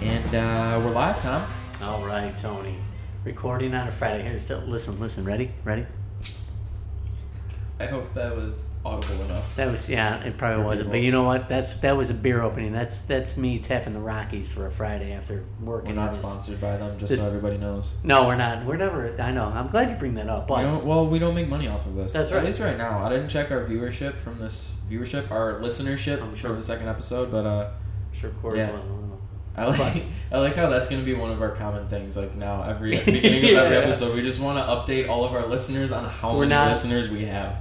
And uh, we're live, Tom. All right, Tony. Recording on a Friday. Here, so listen, listen. Ready? Ready? I hope that was audible enough. That was yeah. It probably For wasn't, but people. you know what? That's that was a beer opening. That's that's me tapping the Rockies for a Friday after working. We're not on this. sponsored by them, just This- so everybody knows. No, we're not. We're never. I know. I'm glad you bring that up. We But don't, well, we don't make money off of this. That's At right. least right now. I didn't check our viewership from this viewership, our listenership I'm from sure. the second episode, but uh, sure, Coors Yeah. wasn't one of them. I like But- I like how that's going to be one of our common things. Like now, every at the beginning of every Yeah. episode, we just want to update all of our listeners on how We're many not- listeners we have.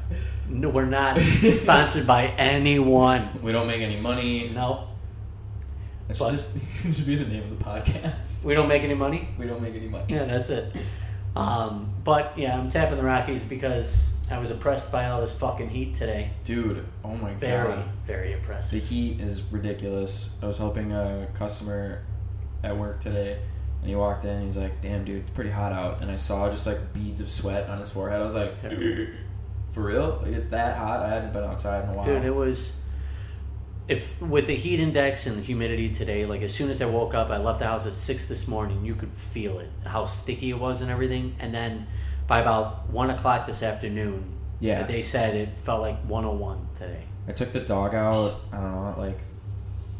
No, we're not sponsored by anyone. We don't make any money. No, That should but- just it should be the name of the podcast. we don't make any money. We don't make any money. Yeah, that's it. Um, but yeah, I'm tapping the Rockies because I was oppressed by all this fucking heat today. Dude, oh my Very, god. very The oppressive. heat is ridiculous. I was helping a customer at work today, and he walked in. He's like, "Damn, dude, it's pretty hot out." And I saw just like beads of sweat on his forehead. I was like, It's terrible. "For real? Like, it's that hot? I hadn't been outside in a while." Dude, it was. If with the heat index and the humidity today, like as soon as I woke up, I left the house at six this morning. You could feel it, how sticky it was and everything. And then by about one o'clock this afternoon, yeah, they said it felt like one hundred one today. I took the dog out. I don't know, at like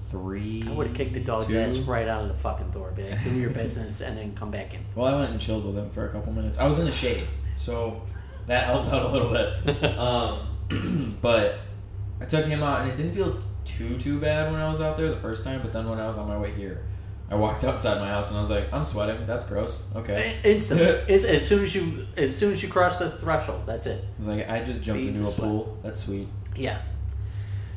three. I would have kicked the dog's two. ass right out of the fucking door. Be like, do your business and then come back in. Well, I went and chilled with him for a couple minutes. I was in the shade, so that helped out a little bit. Um, but I took him out, and it didn't feel too too bad when I was out there the first time. But then when I was on my way here, I walked outside my house, and I was like, "I'm sweating. That's gross." Okay, Instant. it's, as soon as you as soon as you cross the threshold, that's it. I was like, "I just jumped Beads into a of sweat. pool. That's sweet." Yeah.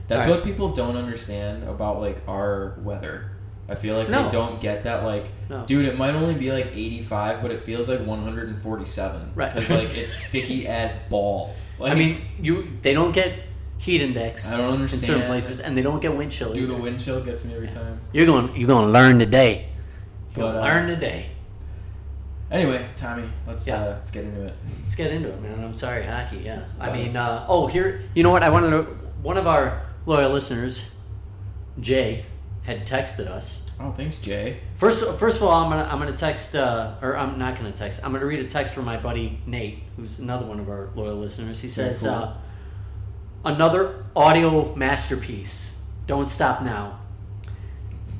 That's what Alright. people don't understand about like our weather. I feel like No. they don't get that. Like, No. dude, it might only be like 85, but it feels like 147. Right. Because like it's sticky as balls. Like, I mean, you they don't get heat index I don't in understand. certain places, and they don't get wind chill. Do the either. wind chill gets me every time. You're going. You're going to learn today. You're But, going to uh, learn today. Anyway, Tommy, let's Yeah. uh, let's get into it. Let's get into it, man. I'm sorry, hockey. Yeah. I Well- mean, uh, oh, here. You know what? I wanted to. One of our loyal listeners, Jay, had texted us. Oh, thanks, Jay. First, first of all, I'm gonna I'm gonna text, uh, or I'm not gonna text. I'm gonna read a text from my buddy Nate, who's another one of our loyal listeners. He Very says, cool. uh, "Another audio masterpiece. Don't stop now."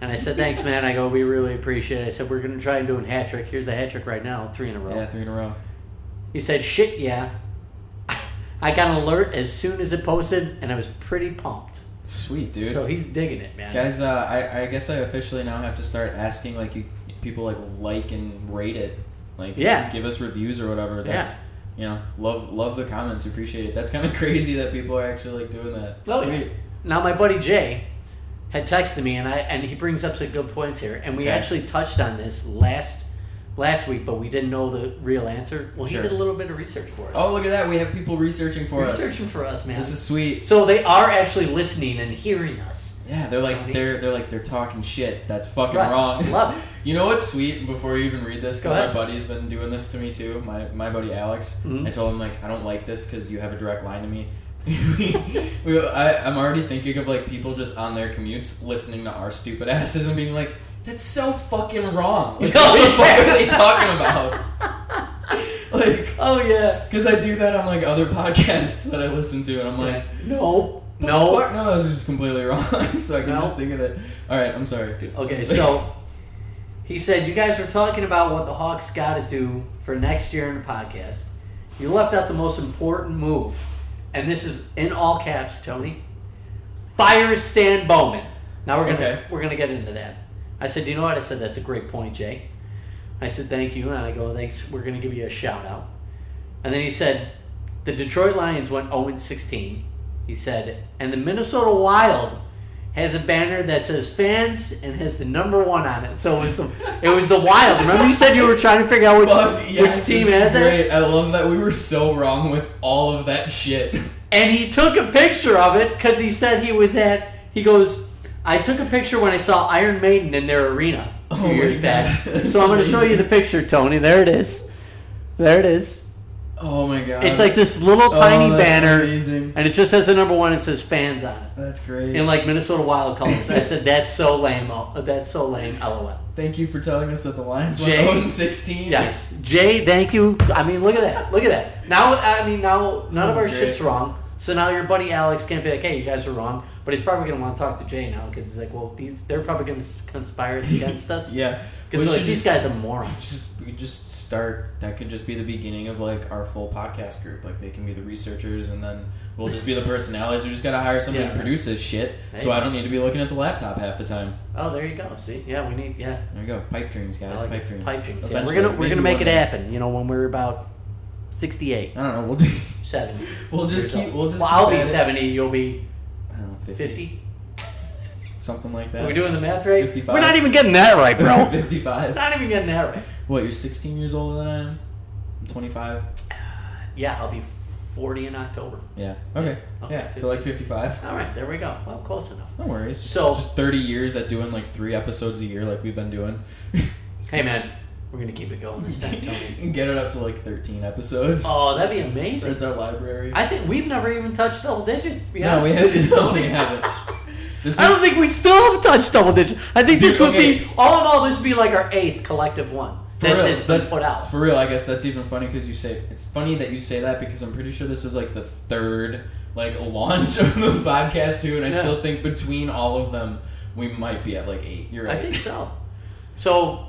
And I said, "Thanks, man." I go, "We really appreciate it." I said, "We're gonna try and do a hat trick. Here's the hat trick right now, three in a row." Yeah, three in a row. He said, "Shit, yeah." I got an alert as soon as it posted, and I was pretty pumped. Sweet, dude. So he's digging it, man. Guys, uh, I I guess I officially now have to start asking like you people like like and rate it, like Yeah. give us reviews or whatever. That's you know love love the comments, appreciate it. That's kind of crazy that people are actually like doing that. Oh, Sweet. yeah. Now my buddy Jay had texted me, and I and he brings up some good points here, and we Okay. actually touched on this last last week, but we didn't know the real answer. Well, Sure. he did a little bit of research for us. Oh look at that! We have people researching for us. researching for us, man. This is sweet. so they are actually listening and hearing us. Yeah, they're like Tony. they're they're like they're talking shit. That's fucking Right. wrong. Love it. You know what's sweet? Before you even read this, Go because my ahead. buddy's been doing this to me too. My my buddy Alex. Mhm. I told him like I don't like this because you have a direct line to me. We- I, I'm already thinking of like people just on their commutes listening to our stupid asses and being like, "That's so fucking wrong." Like, Oh, what the fuck yeah. are they talking about? like, Oh yeah. because I do that on like other podcasts that I listen to, and I'm like, no, "The no. fuck? no, that's just completely wrong." so I can No. just think of that. All right, I'm sorry. Okay, so he said you guys were talking about what the Hawks got to do for next year in the podcast. You left out the most important move, and this is in all caps, Tony. Fire Stan Bowman. Now we're gonna Okay. we're gonna get into that. I said, you know what? I said that's a great point, Jay. I said thank you, and I go thanks. We're gonna give you a shout out. And then he said, the Detroit Lions went 0 16. He said, and the Minnesota Wild has a banner that says fans and has the number one on it. So it was the it was the Wild. Remember you said you were trying to figure out which, Fuck yes, which team this is has that? great. I love that we were so wrong with all of that shit. And he took a picture of it because he said he was at. He goes, I took a picture when I saw Iron Maiden in their arena a few Oh my years God. back. That's So I'm going to show you amazing. the picture, Tony. There it is. There it is. Oh my god. It's like this little Oh, tiny that's banner, Amazing. and it just has the number one. It says fans on it. That's great. in like Minnesota Wild colors. I said that's so lame. oh, That's so lame. LOL. Thank you for telling us that the Lions went Jay. 0 and 16. Yes, Jay. Thank you. I mean, look at that. Look at that. Now, I mean, now none of Oh, our Jay. shit's wrong. So now your buddy Alex can't be like, "Hey, you guys are wrong," but he's probably gonna want to talk to Jay now because he's like, "Well, these they're probably gonna s- conspire against us Yeah. because We like should these guys are morons." just we could just start that could just be the beginning of like our full podcast group like they can be the researchers and then we'll just be the personalities we just gotta hire somebody Yeah. to produce this shit Hey. so i don't need to be looking at the laptop half the time Oh, there you go. See, yeah, we need yeah. there we go pipe dreams I guys like pipe it. dreams Pipe dreams. Yeah, we're Eventually, gonna we're maybe gonna make one it day. happen. You know, when we're about sixty-eight, i don't know we'll do seventy. we'll just years keep old. we'll just well, keep I'll be at it. seventy. You'll be i don't know 50, fifty. something like that Are we doing the math right? 55. We're not even getting that right, bro. 55 not even getting that right. what you're 16 years older than i am i'm 25 Yeah, I'll be 40 in October. yeah okay Okay, yeah so like 55 All right, there we go. Well, close enough. no worries So- just 30 years at doing like three episodes a year like we've been doing Hey, man, we're going to keep it going this time, Tony. and get it up to like 13 episodes. Oh, that'd be amazing. That's our library. I think we've never even touched double digits, to be no, we honest. haven't. with you, No, we Tony. haven't. This is, I don't think we still have touched double digits. I think Dude, this would be, okay. all in all, this would be like our eighth collective one for that real, has been that's- put out. For real, I guess that's even funny because you say it's funny that you say that because I'm pretty sure this is like the third like launch of the podcast too, and I Yeah. still think between all of them we might be at like eight. You're right. I think so. So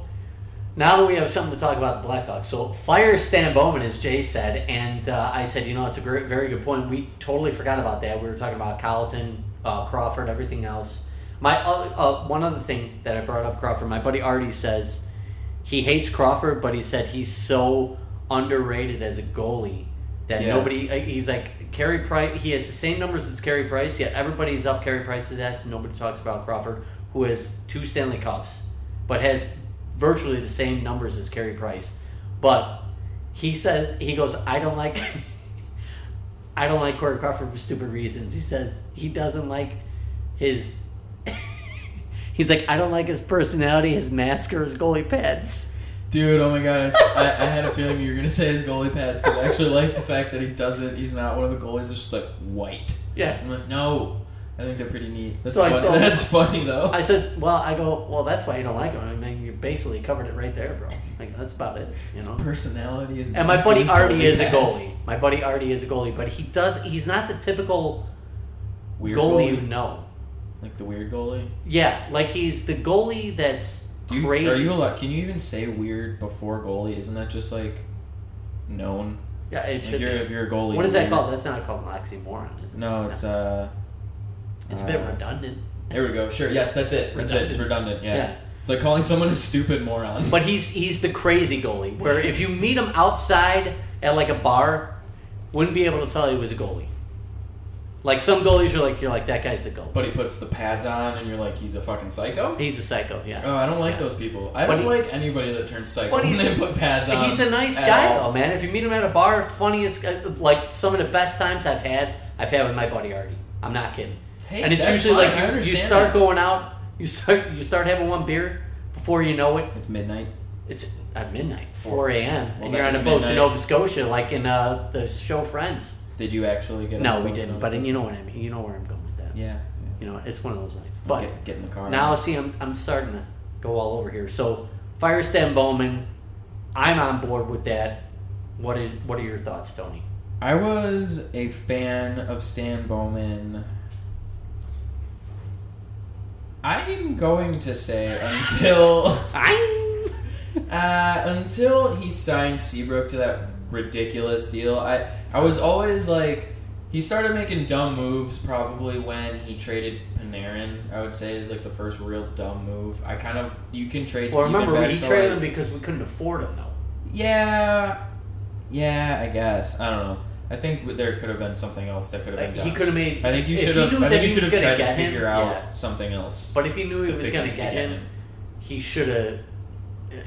now that we have something to talk about the Blackhawks, so fire Stan Bowman, as Jay said, and uh, I said, you know, it's a great, very good point. We totally forgot about that. We were talking about Colleton, uh, Crawford, everything else. My uh, uh, one other thing that I brought up Crawford. My buddy Artie says he hates Crawford, but he said he's so underrated as a goalie that Yeah. nobody. uh, He's like Carey Price. He has the same numbers as Carey Price, yet everybody's up Carey Price's ass, and nobody talks about Crawford, who has two Stanley Cups, but has virtually the same numbers as Carey Price. But he says he goes, I don't like. I don't like Corey Crawford for stupid reasons. He says he doesn't like his. He's like, I don't like his personality, his mask, or his goalie pads. Dude, oh my god, I, I had a feeling you were gonna say his goalie pads because I actually like the fact that he doesn't. He's not one of the goalies that's just like white. Yeah. I'm like, no. I think they're pretty neat. That's So I funny. told- that's funny though. I said, well, I go, well, that's why you don't like him. I mean, you basically covered it right there, bro. Like, that's about it, you know? personality is. And my buddy is Artie is a bad. goalie. My buddy Artie is a goalie, but he does, he's not the typical Weird goalie, goalie, you know. like the weird goalie. Yeah, like he's the goalie that's Do you, crazy. Are you allowed? Can you even say weird before goalie? Isn't that just like known? yeah, Like it should you're, if you're a goalie, be. What is that weird- called? That's not called an oxymoron, is it? No, it's uh. It's a bit uh, redundant. There we go. Sure. Yes, that's it. That's it. It's redundant. Yeah. Yeah. It's like calling someone a stupid moron. But he's he's the crazy goalie. Where if you meet him outside at like a bar, wouldn't be able to tell he was a goalie. Like some goalies, you're like you're like that guy's a goalie. But he puts the pads on, and you're like, he's a fucking psycho. He's a psycho. Yeah. Oh, I don't like Yeah. those people. I But don't he- like anybody that turns psycho But when he's- they put pads on. he's a nice um, at guy all. though, man. If you meet him at a bar, funniest guy- like some of the best times I've had, I've had with my buddy Artie. I'm not kidding. Hey, and it's that's usually fine. I like you, you understand start that. going out, you start you start having one beer, before you know it, It's midnight. it's at midnight, it's four a.m. Well, and you're that on a is boat to midnight. Nova Scotia, like in uh, the show Friends. Did you actually get? No, up we and- didn't. But you know what I mean. You know where I'm going with that. Yeah. You know, it's one of those nights. But get, get in the car. now, see, I'm, I'm starting to go all over here. So, Firestem Bowman, I'm on board with that. What is? What are your thoughts, Tony? I was a fan of Stan Bowman. I'm going to say until I'm. uh, until he signed Seabrook to that ridiculous deal. I I was always like he started making dumb moves probably when he traded Panarin. I would say is like the first real dumb move. I kind of you can trace. Well, even remember back he to, traded like- him because we couldn't afford him, though. Yeah, yeah. I guess I don't know. I think there could have been something else that could have Like, been done. he could have made. I think you if should he have. knew I that think you he should was have gonna tried get to him, figure out yeah. something else. But if he knew he to was fig- going to to get him, he should have.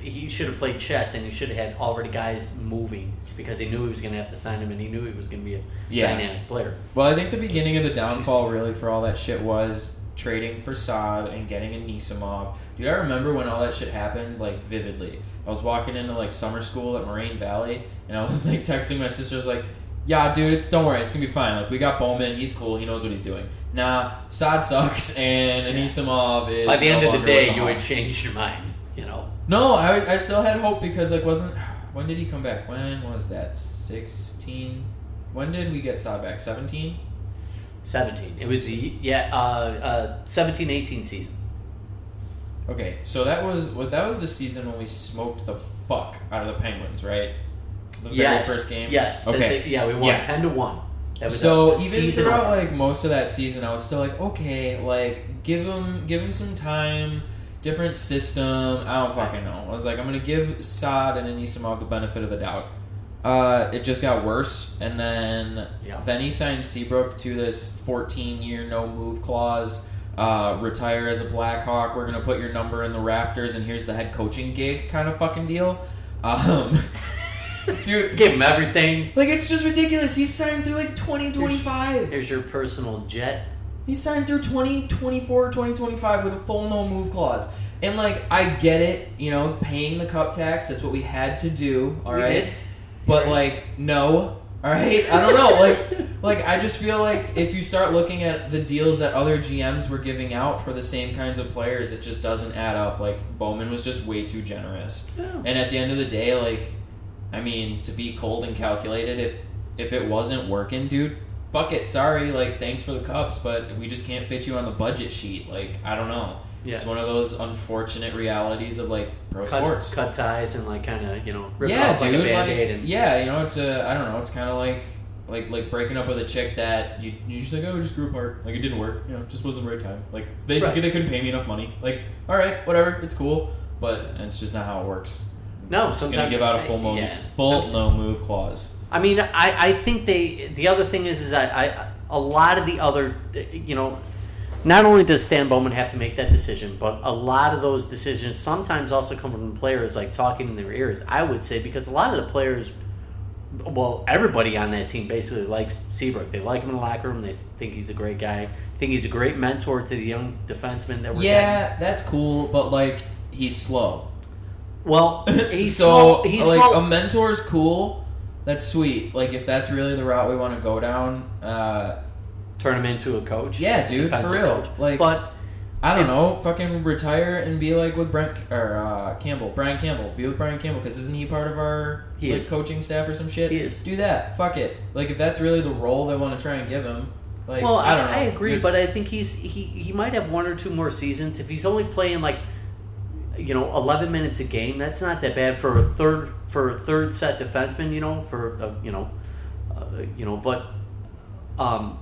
He should have played chess, and he should have had already guys moving because he knew he was going to have to sign him, and he knew he was going to be a Yeah. dynamic player. Well, I think the beginning of the downfall really for all that shit was trading for Saad and getting a Nisimov. Dude, I remember when all that shit happened like vividly. I was walking into like summer school at Moraine Valley, and I was like texting my sister. I was like, "Yeah, dude, it's don't worry, it's gonna be fine. Like we got Bowman, he's cool, he knows what he's doing." Nah, Saad sucks, and Yeah. Anisimov is. By the no end of the longer with day, you Hawks. would change your mind. you know. No, I, was- I still had hope because like wasn't when did he come back? When was that? Sixteen. When did we get Saw back? Seventeen. 17. It was the yeah, uh, uh, 17 18 season. Okay, so that was what that was the season when we smoked the fuck out of the Penguins, right? The very yes. first game. Yes. That's Okay. it. Yeah, we won Yeah. 10 to 1. That was so a- a even season throughout opener. like most of that season, I was still like, okay, like give him give him some time, different system. I don't fucking know. I was like, I'm gonna give Saad and Anisimov the benefit of the doubt. Uh, it just got worse, and then Yeah. then he signed Seabrook to this 14 year no move clause. Uh, retire as a Blackhawk. We're gonna put your number in the rafters, and here's the head coaching gig kind of fucking deal. Um, dude, Give him everything. like it's just ridiculous. He signed through like 2025. Here's your personal jet. He signed through 2024, 2025 with a full no move clause. And like I get it, you know, paying the cup tax, that's what we had to do, all We right. did. But like no, all right? I don't know. Like like I just feel like if you start looking at the deals that other GMs were giving out for the same kinds of players, it just doesn't add up. Like Bowman was just way too generous. And at the end of the day, like, I mean, to be cold and calculated, if if it wasn't working, dude, fuck it. Sorry, like, thanks for the cups, but we just can't fit you on the budget sheet. Like, I don't know. Yeah. It's one of those unfortunate realities of like pro Cut, sports. cut ties and like kind of you know rip it yeah, off dude. like a Like, band-aid and Yeah, you know, it's a I don't know. It's kind of like like like breaking up with a chick that you you just like oh just grew apart. Like it didn't work. You know, just wasn't the right time. Like they Right. they couldn't pay me enough money. Like all right, whatever, it's cool, but it's just not how it works. no. It's Sometimes gonna give out a full mo- Yeah. full I mean- no move clause. I mean, I, I think they. The other thing is, is that I a lot of the other, you know, not only does Stan Bowman have to make that decision, but a lot of those decisions sometimes also come from players like talking in their ears. I would say because a lot of the players, well, everybody on that team basically likes Seabrook. They like him in the locker room. They think he's a great guy. Think he's a great mentor to the young defenseman that we're getting. Yeah, that's cool, but like he's slow. Well, he's so slow. He's like um, slow. a mentor's cool. That's sweet. Like if that's really the route we want to go down, uh, Turn him into a coach. Yeah, dude, for defensive real. coach. Like- but I don't If- know. Fucking retire and be like with Brent or uh, Campbell, Brian Campbell. Be with Brian Campbell because isn't he part of our He like, is. coaching staff or some shit? He is. Do that. Fuck it. Like if that's really the role they want to try and give him. Like well, I don't know. I agree, Dude, but I think he's he he might have one or two more seasons if he's only playing like you know eleven minutes a game. That's not that bad for a third for a third set defenseman. You know, for uh, you know, uh, you know, but um,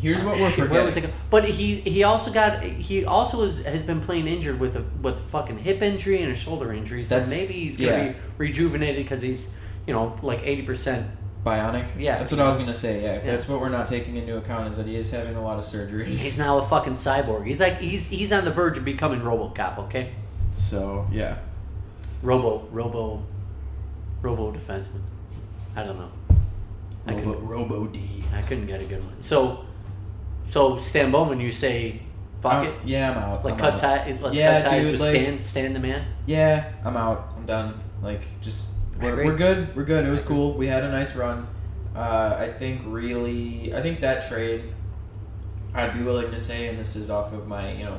here's what we're shit, forgetting. where was I go- But he he also got he also is, has been playing injured with a with a fucking hip injury and a shoulder injury. So That's- maybe he's gonna yeah. be rejuvenated because he's you know like eighty percent. Bionic. Yeah. that's what I was gonna say. Yeah, Yeah. that's what we're not taking into account is that he is having a lot of surgeries. He's now a fucking cyborg. He's like he's he's on the verge of becoming RoboCop. Okay. So yeah, Robo, Robo, Robo defenseman. I don't know. I Robo, couldn't, Robo D. I couldn't get a good one. So, so Stan Bowman, you say, fuck I'm- it, Yeah, I'm out. like I'm cut out. ties. Let's Yeah, cut ties dude, with like- Stan, Stan the man. Yeah, I'm out. I'm done. Like, just I we're, agree. we're good. We're good. It was I agree. cool. We had a nice run. Uh, I think really, I think that trade, I'd be willing to say, and this is off of my you know,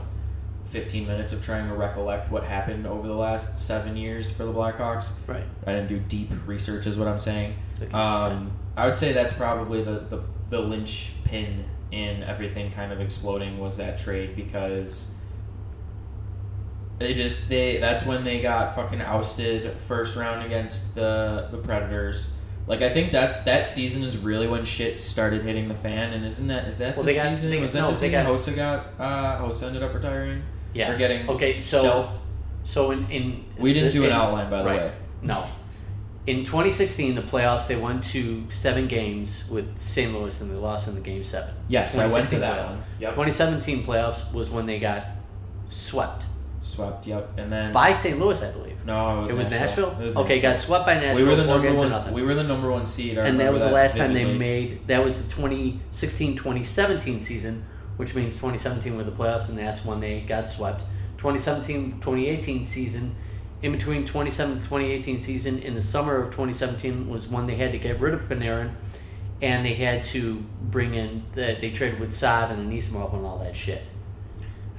15 minutes of trying to recollect what happened over the last seven years for the Blackhawks. Right. I didn't do deep research, is what I'm saying. It's okay. Um, I would say that's probably the, the, the linchpin in everything kind of exploding was that trade because they just they that's when they got fucking ousted first round against the the Predators. Like I think that's that season is really when shit started hitting the fan, and isn't that is that Well, the they got- season? they- was that no, the they season Hosa got uh, Hosa ended up retiring yeah. or getting okay. So shelved? so in, in We didn't the- do an in- outline by the right. way. No. In 2016, the playoffs, they won to seven games with St. Louis, and they lost in the game seven. Yes, I went to 2016 that playoffs. one. Yep, 2017 playoffs was when they got swept swept. Yep, and then by St. Louis, I believe. no, it was, It was Nashville. It was okay, got swept by Nashville. we were the four number games to one. nothing. We were the number one seed. I and that remember was the last time they vividly. made. That was the 2016-2017 season, which means 2017 were the playoffs, and that's when they got swept. 2017-2018 season, in between 2017-2018 season, in the summer of 2017 was when they had to get rid of Panarin, and they had to bring in that they traded with Saad and Anisimov and all that shit,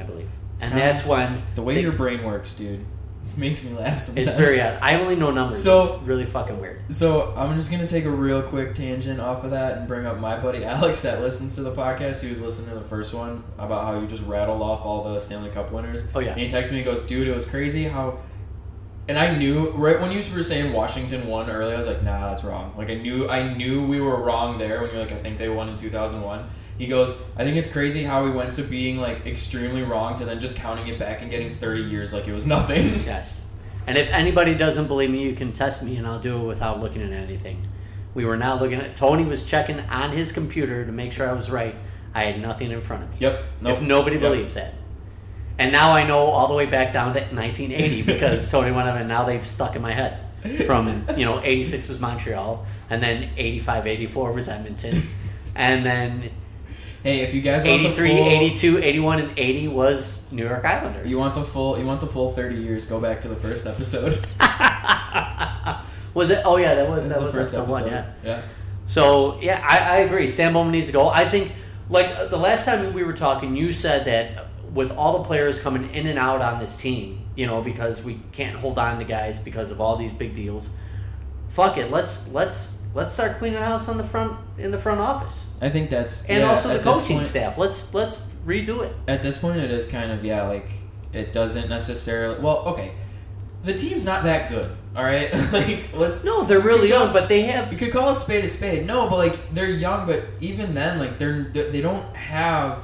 I believe. and Tom, that's when The way they- your brain works, dude, makes me laugh sometimes. it's very odd. I only know numbers. So- it's really fucking weird. So I'm just gonna take a real quick tangent off of that and bring up my buddy Alex that listens to the podcast. He was listening to the first one about how you just rattled off all the Stanley Cup winners. Oh, yeah. And he texted me and goes, "Dude, it was crazy how." And I knew right when you were saying Washington won earlier, I was like, "Nah, that's wrong." Like I knew, I knew we were wrong there when you're like, "I think they won in 2001." He goes, "I think it's crazy how we went to being like extremely wrong to then just counting it back and getting 30 years like it was nothing." Yes. And if anybody doesn't believe me, you can test me, and I'll do it without looking at anything. We were not looking at. Tony was checking on his computer to make sure I was right. I had nothing in front of me. yep. Nope. If nobody Yep. believes that. And now I know all the way back down to 1980 because Tony went up, and now they've stuck in my head. From, you know, 86 was Montreal, and then 85, 84 was Edmonton, and then Hey, if you guys want the 83, full- 82, 81, and 80 was New York Islanders. You want the full? You want the full thirty years? Go back to the first episode. was it? Oh yeah, that That's was that the was first episode one. Yeah. Yeah. So yeah, I, I agree. Stan Bowman needs to go. I think like uh, the last time we were talking, you said that with all the players coming in and out on this team, you know, because we can't hold on to guys because of all these big deals. Fuck it. Let's let's let's start cleaning house on the front in the front office I think that's and yeah, also the at this coaching point- staff. Let's let's redo it. At this point, it is kind of yeah, like it doesn't necessarily. Well, okay, the team's not that good. All right, like let's No, they're really young, but they have You could call it spade a spade. No, but like they're young, but even then, like they're they don't have.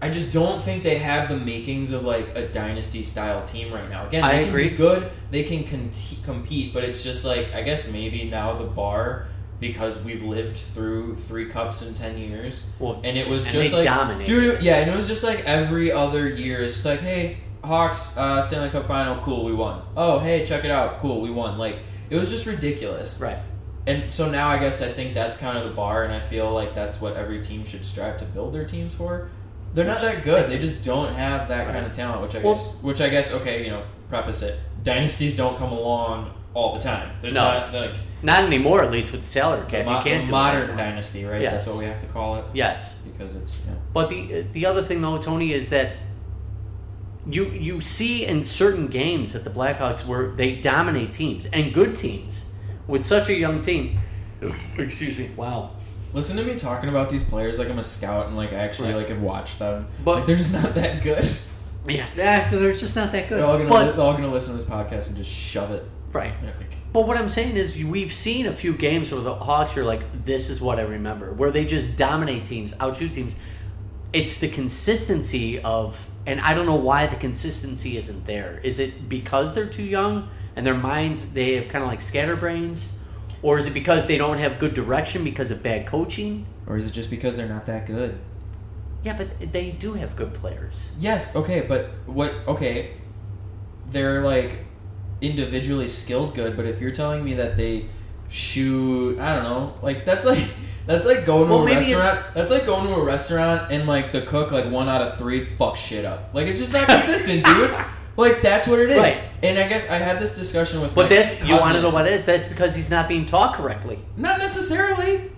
I just don't think they have the makings of like a dynasty style team right now. Again, I they can agree. Be good, they can con- compete, but it's just like I guess maybe now the bar because we've lived through three cups in ten years, well, and it was and just they like dominate. Dude, yeah, and it was just like every other year. It's just like, hey, Hawks uh, Stanley Cup final, cool, we won. Oh, hey, check it out, cool, we won. Like it was just ridiculous. right. And so now I guess I think that's kind of the bar, and I feel like that's what every team should strive to build their teams for. They're not that good. They just don't have that kind of talent, which I Well- guess, which I guess, okay, you know, preface it. Dynasties don't come along all the time. There's No. not like Not anymore, at least with the salary the cap. mo- you can't the do modern it. anymore. dynasty, right? Yes. That's what we have to call it Yes. because it's yeah. But the the other thing though, Tony, is that you you see in certain games that the Blackhawks were they dominate teams and good teams with such a young team. Excuse me. Wow. Listen to me talking about these players like I'm a scout and like I actually Right. like have watched them, But- like, they're just not that good. Yeah, that- they're just not that good. They're all gonna But- li- they're all gonna listen to this podcast and just shove it. right. Yeah, like- But what I'm saying is, you- we've seen a few games where the Hawks are like, this is what I remember, where they just dominate teams, outshoot teams. It's the consistency of, and I don't know why the consistency isn't there. Is it because they're too young and their minds, they have kind of like scatterbrains? Or is it because they don't have good direction because of bad coaching? or is it just because they're not that good? Yeah, but they do have good players. Yes, okay, but what okay. They're like individually skilled good, but if you're telling me that they shoot I don't know, like that's like that's like going to Well, a maybe it's- restaurant that's like going to a restaurant and like the cook like one out of three fucks shit up. Like it's just not consistent, dude. Like that's what it is. Right. And I guess I had this discussion with But my that's, you want to cousin. know what it is? That's because he's not being taught correctly. Not necessarily.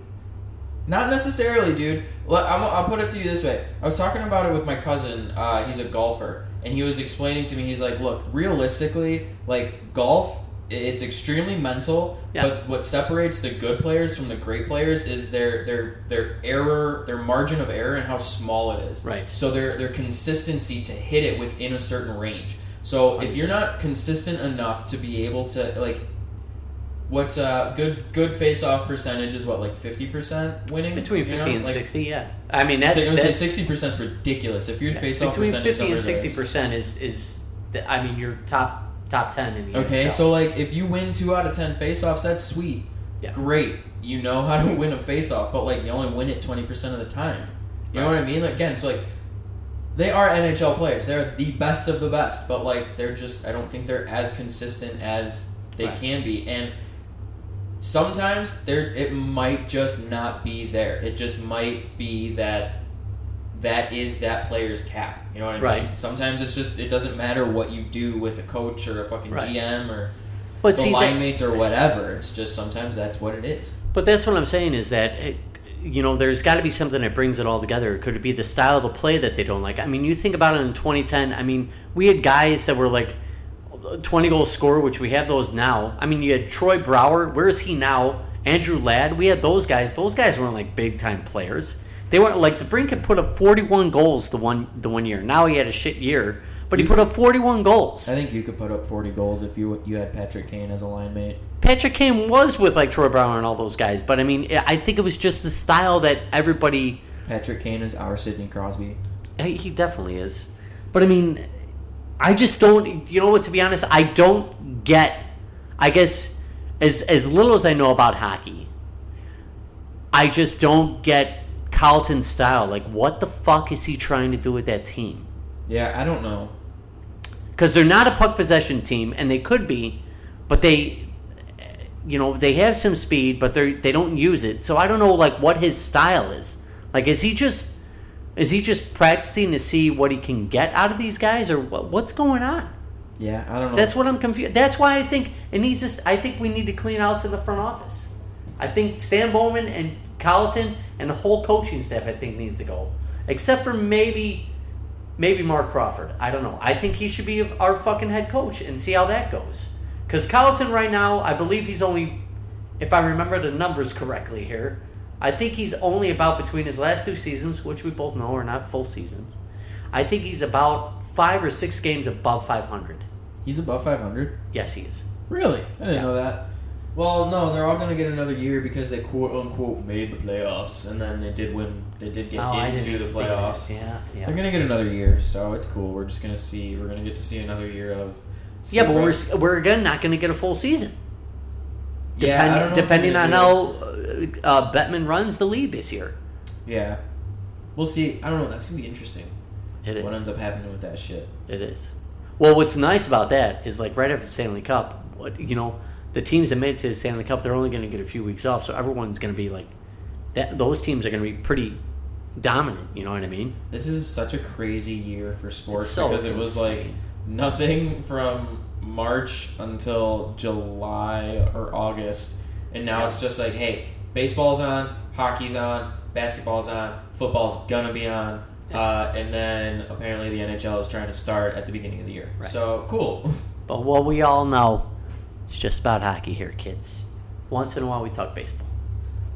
Not necessarily, dude. Well, I'm, I'll put it to you this way. I was talking about it with my cousin. Uh, he's a golfer, and he was explaining to me. He's like, "Look, realistically, like golf, i- it's extremely mental. Yeah. But what separates the good players from the great players is their their their error, their margin of error, and how small it is. Right. So their their consistency to hit it within a certain range. So if you're not consistent enough to be able to like What's uh good good face off percentage is what like fifty percent winning Between 50 you know? and Like, 60, yeah. I mean, that's. I'm gonna say that's sixty percent is ridiculous. If your Yeah, face off between percentage fifty and numbers are- sixty percent is is the, I mean your top top ten in the Okay, NHL. so like if you win two out of ten face offs, that's sweet. Yeah. Great, you know how to win a face off, but like you only win it twenty percent of the time. You know Right. what I mean? Like, again, so like they are NHL players. They're the best of the best, but like they're just I don't think they're as consistent as they Right. can be, and sometimes there it might just not be there. It just might be that that is that player's cap. You know what I mean? Right. Sometimes it's just it doesn't matter what you do with a coach or a fucking Right. GM or but the see, line that, mates or whatever. It's just sometimes that's what it is. but that's what I'm saying is that it, you know, there's got to be something that brings it all together. Could it be the style of the play that they don't like? I mean, you think about it in 2010. I mean, we had guys that were like 20 goal scorer, which we have those now. I mean, you had Troy Brower. Where is he now? Andrew Ladd. We had those guys. Those guys weren't like big time players. They weren't like the Brink had put up 41 goals the one the one year. Now he had a shit year, but he put up 41 goals. I think you could put up 40 goals if you you had Patrick Kane as a line mate. Patrick Kane was with like Troy Brower and all those guys, but I mean, I I think it was just the style that everybody. Patrick Kane is our Sidney Crosby. He he definitely is, but I mean, I just don't. You know what? To be honest, I don't get. I guess as as little as I know about hockey, I just don't get Carlton's style. Like, what the fuck is he trying to do with that team? Yeah, I don't know. because they're not a puck possession team, and they could be, but they, you know, they have some speed, but they they don't use it. So I don't know like what his style is. Like, is he just is he just practicing to see what he can get out of these guys, or what, what's going on? Yeah, I don't know. That's what I'm confused. That's why I think it needs to. I think we need to clean house in the front office. I think Stan Bowman and Colleton and the whole coaching staff. I think needs to go, except for maybe, maybe Mark Crawford. I don't know. I think he should be our fucking head coach and see how that goes. Because Colleton right now, I believe he's only, if I remember the numbers correctly here, I think he's only about between his last two seasons, which we both know are not full seasons. I think he's about five or six games above 500. He's above 500. Yes, he is. Really? I didn't Yeah. know that. Well, no, they're all going to get another year because they quote unquote made the playoffs, and then they did win. They did get into the even Oh, think playoffs. of it. Yeah, yeah. They're gonna get another year, so it's cool. We're just gonna see. We're gonna get to see another year of. yeah, but we're s- we're again not going to get a full season. Yeah, I don't know Depend, if depending we're on gonna how uh, uh, Bettman runs the league this year, do it. Yeah, we'll see. I don't know. That's gonna be interesting. it is. What ends up happening with that shit? It is. Well, what's nice about that is like right after the Stanley Cup, what you know, the teams that made it to the Stanley Cup, they're only going to get a few weeks off, so everyone's going to be like, that. Those teams are going to be pretty dominant. You know what I mean? This is such a crazy year for sports so because it was like insane. nothing from March until July or August, and now Yeah. it's just like, hey, baseball's on, hockey's on, basketball's on, football's gonna be on. Uh, and then apparently the NHL is trying to start at the beginning of the year. Right. So cool. But what we all know, it's just about hockey here, kids. Once in a while, we talk baseball.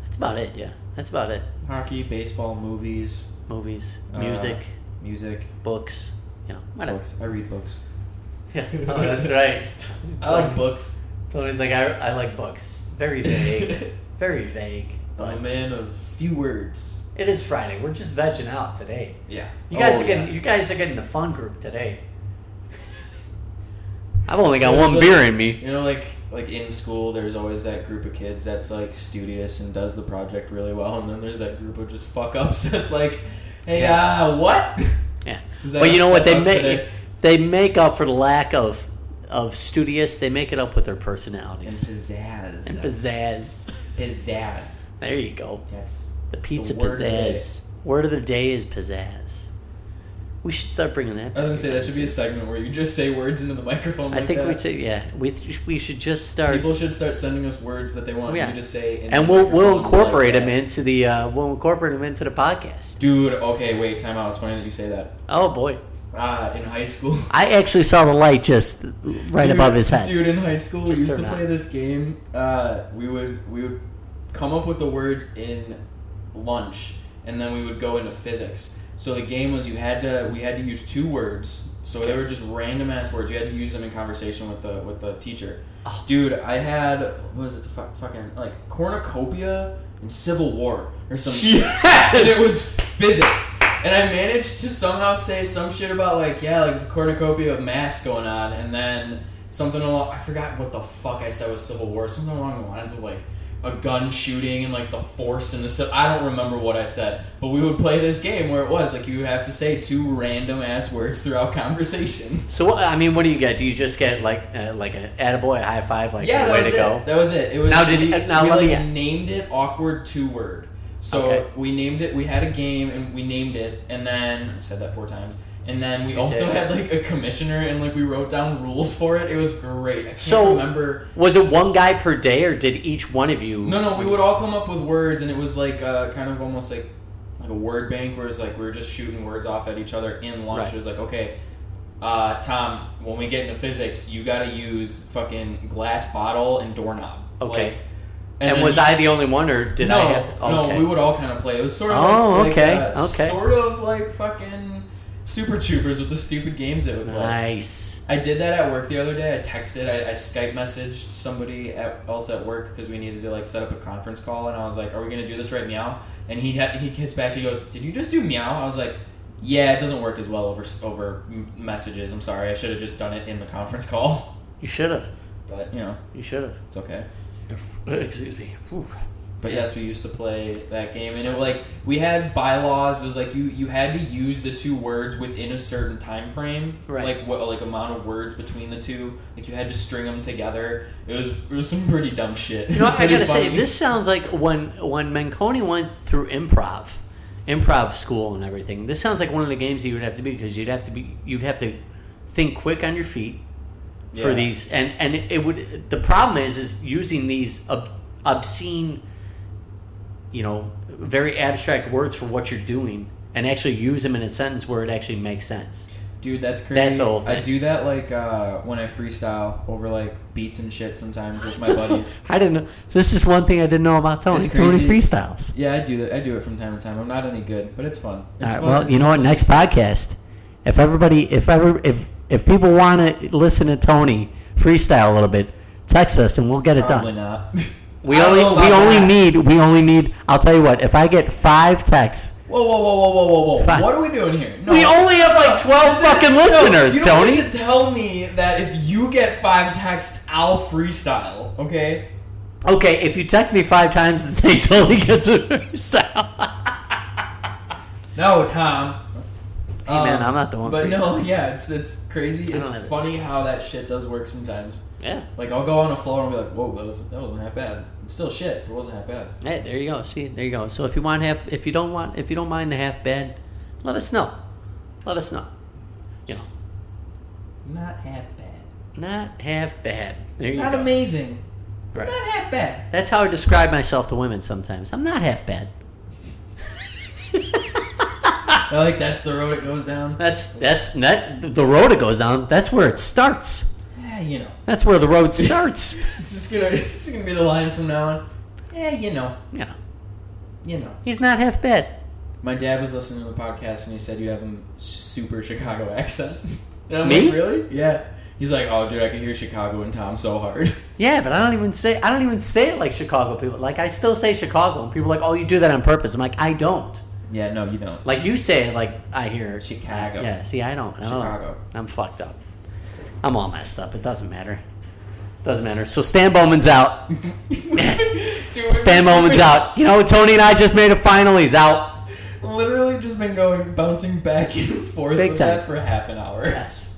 That's about it. Yeah, that's about it. hockey, baseball, movies, movies, Uh, music, music, books, you know, whatever. books. I read books. Yeah, oh, that's right. I like books. It's always like I, I like books. Very vague, very vague. I'm But a man of few words. it is Friday. We're just vegging out today. Yeah. You guys Oh, are getting yeah. you guys are getting the fun group today. I've only got There's one a- beer in me. You know, like like in school, there's always that group of kids that's like studious and does the project really well, and then there's that group of just fuck ups that's like, hey, uh, what? Yeah, Is that but you know what they us make today? they make up for the lack of of studious. They make it up with their And personalities pizzazz. and pizzazz. pizzazz. There you go. That's The pizza word of the day. pizzazz. Word of the day is pizzazz. We should start bringing I was that. gonna back. say that should be a segment where you just say words into the microphone. I Like think that. we should. Yeah, we we should just start, Oh, People should start sending us words that they want Yeah. you to say, into and the we'll we'll microphone like incorporate that. them into the uh, we'll incorporate them into the podcast. Dude, okay, wait, time out. It's funny that you say that. Oh boy, Ah, in high school. I actually saw the light just right Dude- above his head. Dude, in high school, Just we used or to not. play this game. Uh, we would we would come up with the words in lunch, and then we would go into physics. So the game was you had to we had to use two words. So they were just random ass words. You had to use them in conversation with the with the teacher. Oh. Dude, I had what was it the fu- fucking like cornucopia and civil war or some shit and it Yes. was physics. And I managed to somehow say some shit about like yeah, like it's a cornucopia of mass going on, and then something along I forgot what the fuck I said was Civil War, something along the lines of like a gun shooting and like the force and the ci- I don't remember what I said, but we would play this game where it was like you would have to say two random ass words throughout conversation. So I mean, what do you get? Do you just get like uh, like an attaboy, a high five, like yeah, that way was to it. go? That was it. It was Now did- we, now we let me- like, named it awkward two word. So Okay. we named it. We had a game and we named it, and then I said that four times. And then we We also did. had like a commissioner, and like we wrote down rules for it. It was great. I can't So- remember. Was it one guy per day, or did each one of you? No, no, we would all come up with words, and it was like uh, kind of almost like like a word bank, where it's like we were just shooting words off at each other in lunch. Right. It was like, okay, uh, Tom, when we get into physics, you got to use fucking glass bottle and doorknob. Okay. Like, And, then was you- I the only one, or did no, I have to? No, Okay. we would all kind of play. It was sort of Oh, like, like, okay, uh, okay. sort of like fucking Super Troopers with the stupid games that would play. Nice. I did that at work the other day. I texted, I, I Skype messaged somebody at, else at work because we needed to like set up a conference call, and I was like, "Are we gonna do this right, meow?" And he had- he hits back. He goes, "Did you just do meow?" I was like, "Yeah, it doesn't work as well over s- over m- messages. I'm sorry. I should have just done it in the conference call, You should have. but you know, You should have. it's okay." Uh, Excuse me. Whew. But yes, we used to play that game, and it like we had bylaws. It was like you you had to use the two words within a certain time frame, Right. Like what like amount of words between the two. Like you had to string them together. It was it was some pretty dumb shit. You It know, was I pretty gotta say, funny. this sounds like when when Manconi went through improv, improv school and everything. This sounds like one of the games that you would have to be because you'd have to be you'd have to think quick on your feet for Yeah. these, and and it would. The problem is is using these ob- obscene, you know, very abstract words for what you're doing, and actually use them in a sentence where it actually makes sense. dude, that's crazy. the whole I thing. do that like uh, when I freestyle over like beats and shit sometimes with my buddies. I didn't know. This is one thing I didn't know about Tony. It's Tony crazy. freestyles. Yeah, I do that. I do it from time to time. I'm not any good, but it's fun. It's All right, fun. well, It's- you know what? Next podcast, if everybody, if ever, if if people want to listen to Tony freestyle a little bit, text us and we'll get it probably done. not. We I don't only know we about only that. need we only need. I'll tell you what. If I get five texts, Whoa, whoa, whoa, whoa, whoa, whoa, whoa! Fine. What are we doing here? No. we only have like twelve This is- fucking no, listeners, you don't Tony. Get to tell me that if you get five texts, I'll freestyle. Okay. Okay, if you text me five times and say Tony gets a freestyle, No, Tom. Um, Hey, man, I'm not the one But no, freestyling. yeah, it's it's crazy. I It's don't have it. funny how that shit does work sometimes. yeah. Like I'll go on a floor and be like, "Whoa, that, was, that wasn't half bad. It's still shit, but it wasn't half bad." Hey, there you go. See, there you go. So if you want half, if you don't want, if you don't mind the half bed, let us know. Let us know. You know, Not half bad. not half bad. There you Not go. amazing. Right. Not half bad. That's how I describe myself to women sometimes. I'm not half bad. I like that's the road it goes down. That's that's not the road it goes down. That's where it starts. Yeah, you know. That's where the road starts. It's just gonna it's gonna be the line from now on. Yeah, you know, yeah, you know. he's not half bad. My dad was listening to the podcast and he said you have a super Chicago accent. And I'm Me? like, really? Yeah. He's like, oh, dude, I can hear Chicago and Tom so hard. Yeah, but I don't even say I don't even say it like Chicago people. Like I still say Chicago, and people are like, "Oh, you do that on purpose." I'm like, I don't. yeah, no, you don't. Like you say it like I hear Chicago. Yeah, see, I don't. I don't know. Chicago. I'm fucked up. I'm all messed up. It doesn't matter. Doesn't matter. So Stan Bowman's out. Dude, Stan Bowman's out. You know, Tony and I just made a final. He's out. Literally just been going, bouncing back and forth Big with time. that for half an hour. Yes.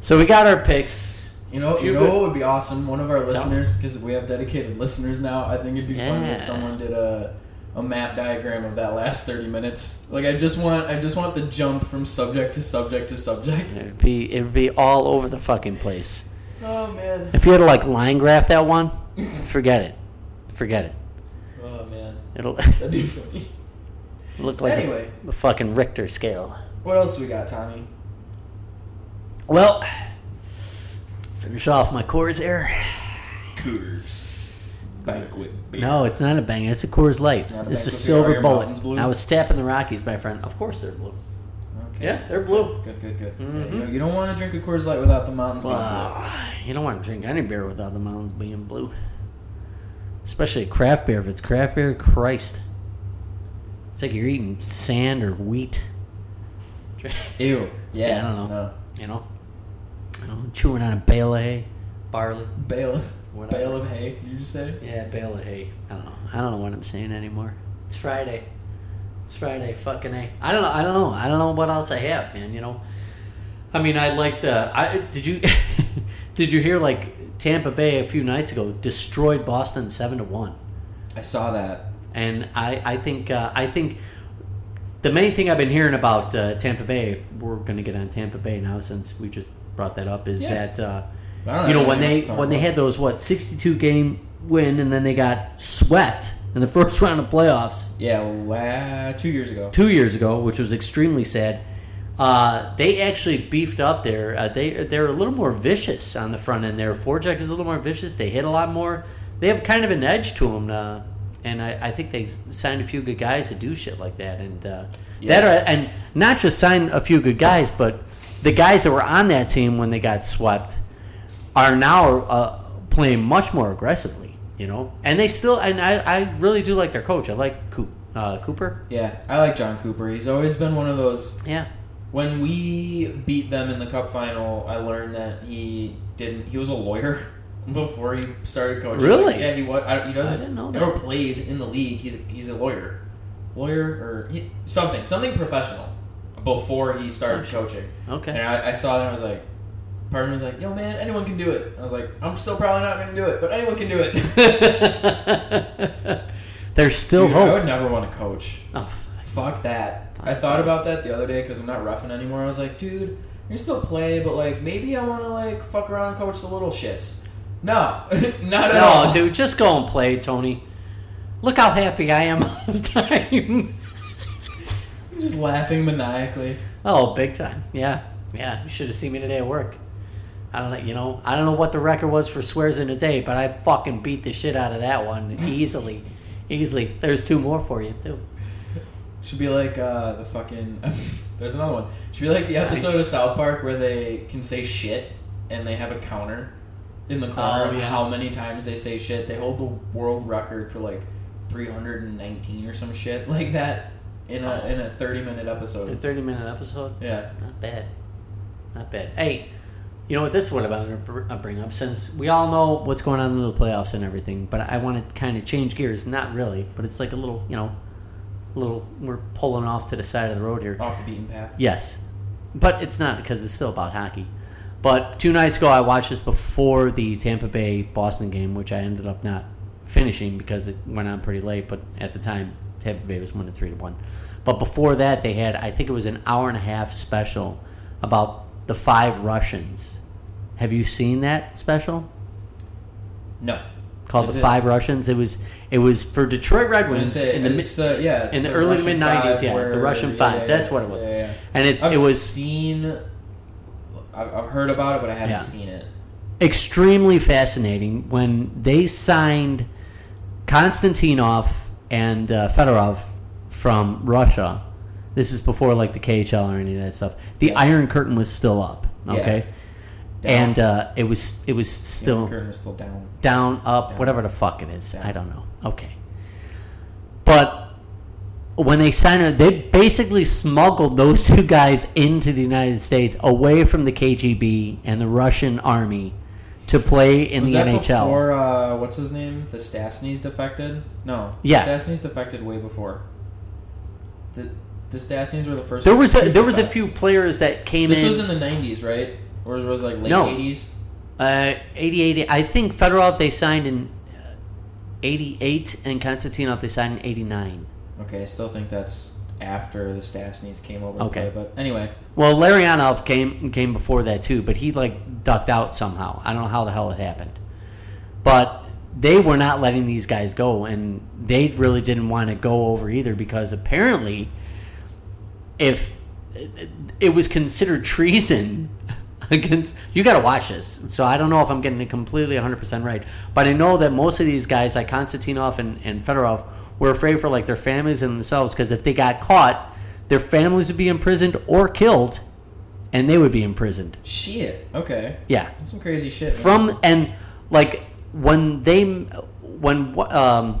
So we got our picks. You know, you Few know good- what would be awesome? One of our Tell 'em. listeners, because we have dedicated listeners now, I think it'd be fun Yeah. if someone did a a map diagram of that last thirty minutes. Like I just want I just want the jump from subject to subject to subject. It would be it would be all over the fucking place. Oh man. If you had to like line graph that one, forget it. Forget it. Oh man. It'll That'd be funny. look like a- Anyway. a fucking Richter scale. What else we got, Tommy? Well, finish off my Coors Air. Coors. Banquet beer. No, it's not a bang. It's a Coors Light. It's not a a, Bang. Are silver your bullet. mountains blue? I was tapping the Rockies, my friend. Of course they're blue. Okay. Yeah, they're blue. Good, good, good. Yeah, Mhm. you, know, Mm-hmm. you don't want to drink a Coors Light without the mountains being blue. Wow. You don't want to drink any beer without the mountains being blue. Especially craft beer. If it's craft beer, Christ. It's like you're eating sand or wheat. Ew. Yeah, Yeah, I don't know. No. You know? You know, chewing on a bale of hay. Barley. Bale, Whatever. bale of hay, you say? Yeah, bale of hay. I don't know. I don't know what I'm saying anymore. It's Friday. It's Friday. Fucking a. I don't know. I don't know. I don't know what else I have, man. You know. I mean, I liked. Uh, I did you did you hear like Tampa Bay a few nights ago destroyed Boston seven to one, I saw that. and I I think uh, I think the main thing I've been hearing about uh, Tampa Bay, if we're going to get on Tampa Bay now since we just brought that up, is Yeah. that uh, I don't you know have when anything they else to talk when they about. had those what sixty two game win and then they got swept in the first round of playoffs yeah la- two years ago. two years ago, which was extremely sad. Uh, they actually beefed up there. Uh, they they're a little more vicious on the front end. Their forecheck is a little more vicious. They hit a lot more. They have kind of an edge to them, uh, and I, I think they signed a few good guys to do shit like that. And uh, Yeah. that are, and not just sign a few good guys, but the guys that were on that team when they got swept are now uh, playing much more aggressively. You know, and they still and I, I really do like their coach. I like Coop, uh, Cooper. Yeah, I like John Cooper. He's always been one of those. Yeah. When we beat them in the cup final, I learned that he didn't. He was a lawyer before he started coaching. Really? Like, yeah, he was. I, he doesn't. I didn't know Never played in the league. He's a, he's a lawyer, lawyer or he, something, something professional before he started coaching. Okay. And I, I saw that and I was like, part of me was like, yo, man, anyone can do it. I was like, I'm still probably not going to do it, but anyone can do it. There's still Dude, I hope. would never want to coach. Oh, Fuck that. I thought about that the other day because I'm not roughing anymore. I was like, dude, you still play, but like maybe I want to like fuck around and coach the little shits. No, not at Oh, no, all. dude, just go and play, Tony. Look how happy I am all the time. I'm just laughing maniacally. oh, big time. Yeah, yeah. You should have seen me today at work. I don't know, you know, I don't know what the record was for swears in a day, but I fucking beat the shit out of that one easily, easily. There's two more for you too. Should be like uh, the fucking. there's another one. Should be like the episode of Nice. South Park where they can say shit and they have a counter in the corner Oh, of yeah. how many times they say shit. They hold the world record for like 319 or some shit like that in a in a 30 minute A episode. 30 minute episode. Yeah. Not bad. Not bad. Hey, you know what? This is what I'm going to bring up since we all know what's going on in the playoffs and everything, but I want to kind of change gears. Not really, but it's like a little, you know, little, we're pulling off to the side of the road here. Off the beaten path. Yes. But it's not because it's still about hockey. But two nights ago, I watched this before the Tampa Bay Boston game, which I ended up not finishing because it went on pretty late. But at the time, Tampa Bay was one to three to one. But before that, they had I think it was an hour and a half special about the five Russians. Have you seen that special No. called Is the it- Five Russians? It was it was for Detroit Red I'm gonna Wings say in the mi- it's the yeah it's in the early Russian mid-nineties, Five yeah, the where- Russian Five, that's what it was. Yeah, yeah. and it's I've it was seen. I've, I've heard about it, but I haven't Yeah. seen it. extremely fascinating when they signed Konstantinov and uh, Fedorov from Russia. This is before like the KHL or any of that stuff. The Iron Curtain was still up, Yeah. okay, Down. and uh, it was it was Yeah, still the curtain was still down. down, up, Down. whatever the fuck it is. Down. I don't know. Okay. But when they signed it, they basically smuggled those two guys into the United States away from the KGB and the Russian army to play in Was the that NHL. before uh, what's his name? The Stastny's defected. No. Yeah. Stastny's defected way before. The the Stastny's were the first. there was ones a, to there was a defect. few players that came This in, was in the nineties, right? Or was it like late No. eighties? uh, 88. I think Fedorov they signed in uh, 88 and Konstantinov they signed in 89. Okay, I still think that's after the Stastny's came over. to Okay. play, but anyway, Well, Larionov came came before that too, but he like ducked out somehow. I don't know how the hell it happened, but they were not letting these guys go, and they really didn't want to go over either because apparently, if it was considered treason against you got to watch this so i don't know if i'm getting it completely 100% right but i know that most of these guys like konstantinov and, and fedorov were afraid for like their families and themselves because if they got caught their families would be imprisoned or killed and they would be imprisoned shit. Okay, yeah that's some crazy shit. man. from and like when they when um,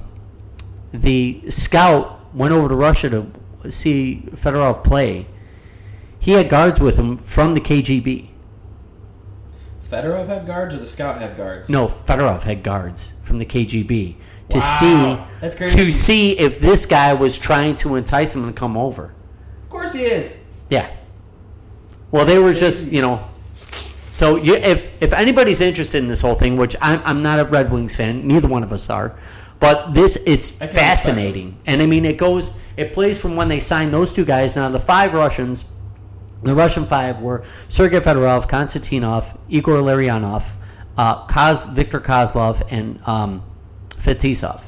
the scout went over to Russia to see Fedorov play, he had guards with him from the KGB. Fedorov had guards or the scout had guards? No, Fedorov had guards from the KGB to Wow, see that's to crazy. see if this guy was trying to entice him to come over. Of course he is. Yeah. Well, they were just you know. So you, if if anybody's interested in this whole thing, which I'm, I'm not a Red Wings fan, neither one of us are, But this it's I can fascinating, and I mean it goes it plays from when they signed those two guys. Now the five Russians, the Russian five were Sergei Fedorov, Konstantinov, Igor Larionov, uh, Koz, Viktor Kozlov, and um, Fetisov.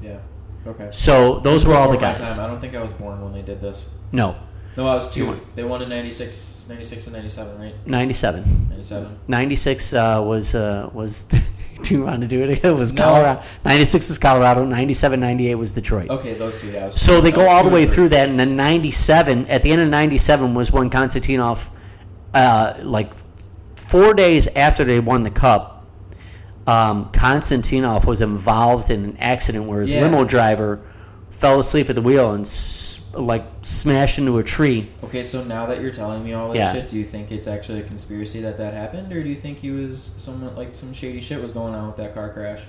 Yeah. Okay. So those were all the Before my guys. time. I don't think I was born when they did this. No, No, I was You two. were- They won in 96, 96 and 97, right? 97. 97. 96 uh, was uh, was do you want to do it again? It was No. Colorado. 96 was Colorado. 97, 98 was Detroit. Okay, those two. Yeah, I was So they I go was all the two way or through that, and then 97 at the end of 97 was when Konstantinov, uh, like four days after they won the cup, um, Konstantinov was involved in an accident where his Yeah. limo driver fell asleep at the wheel and s- like smashed into a tree. three. Okay, so now that you're telling me all this Yeah. shit, do you think it's actually a conspiracy that that happened, or do you think he was someone like some shady shit was going on with that car crash?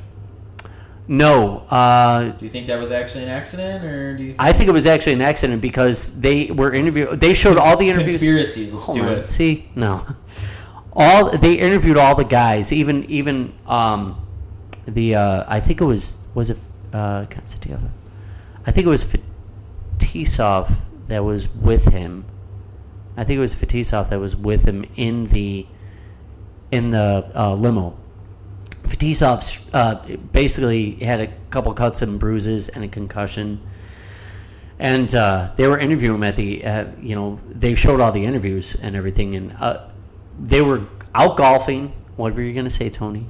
No, uh, Do you think that was actually an accident, or do you? Think I think it was actually an accident because they were interviewed. They showed all the interviews. Conspiracies. Let's Hold do on, it. See, no, all they interviewed all the guys, even even um, the uh, I think it was was it uh, Konstantinov? I think it was Fetisov that was with him. I think it was Fetisov that was with him in the in the uh, limo. Fetisov uh, basically had a couple cuts and bruises and a concussion and uh, they were interviewing him at the uh, you know they showed all the interviews and everything and uh, they were out golfing what were you going to say tony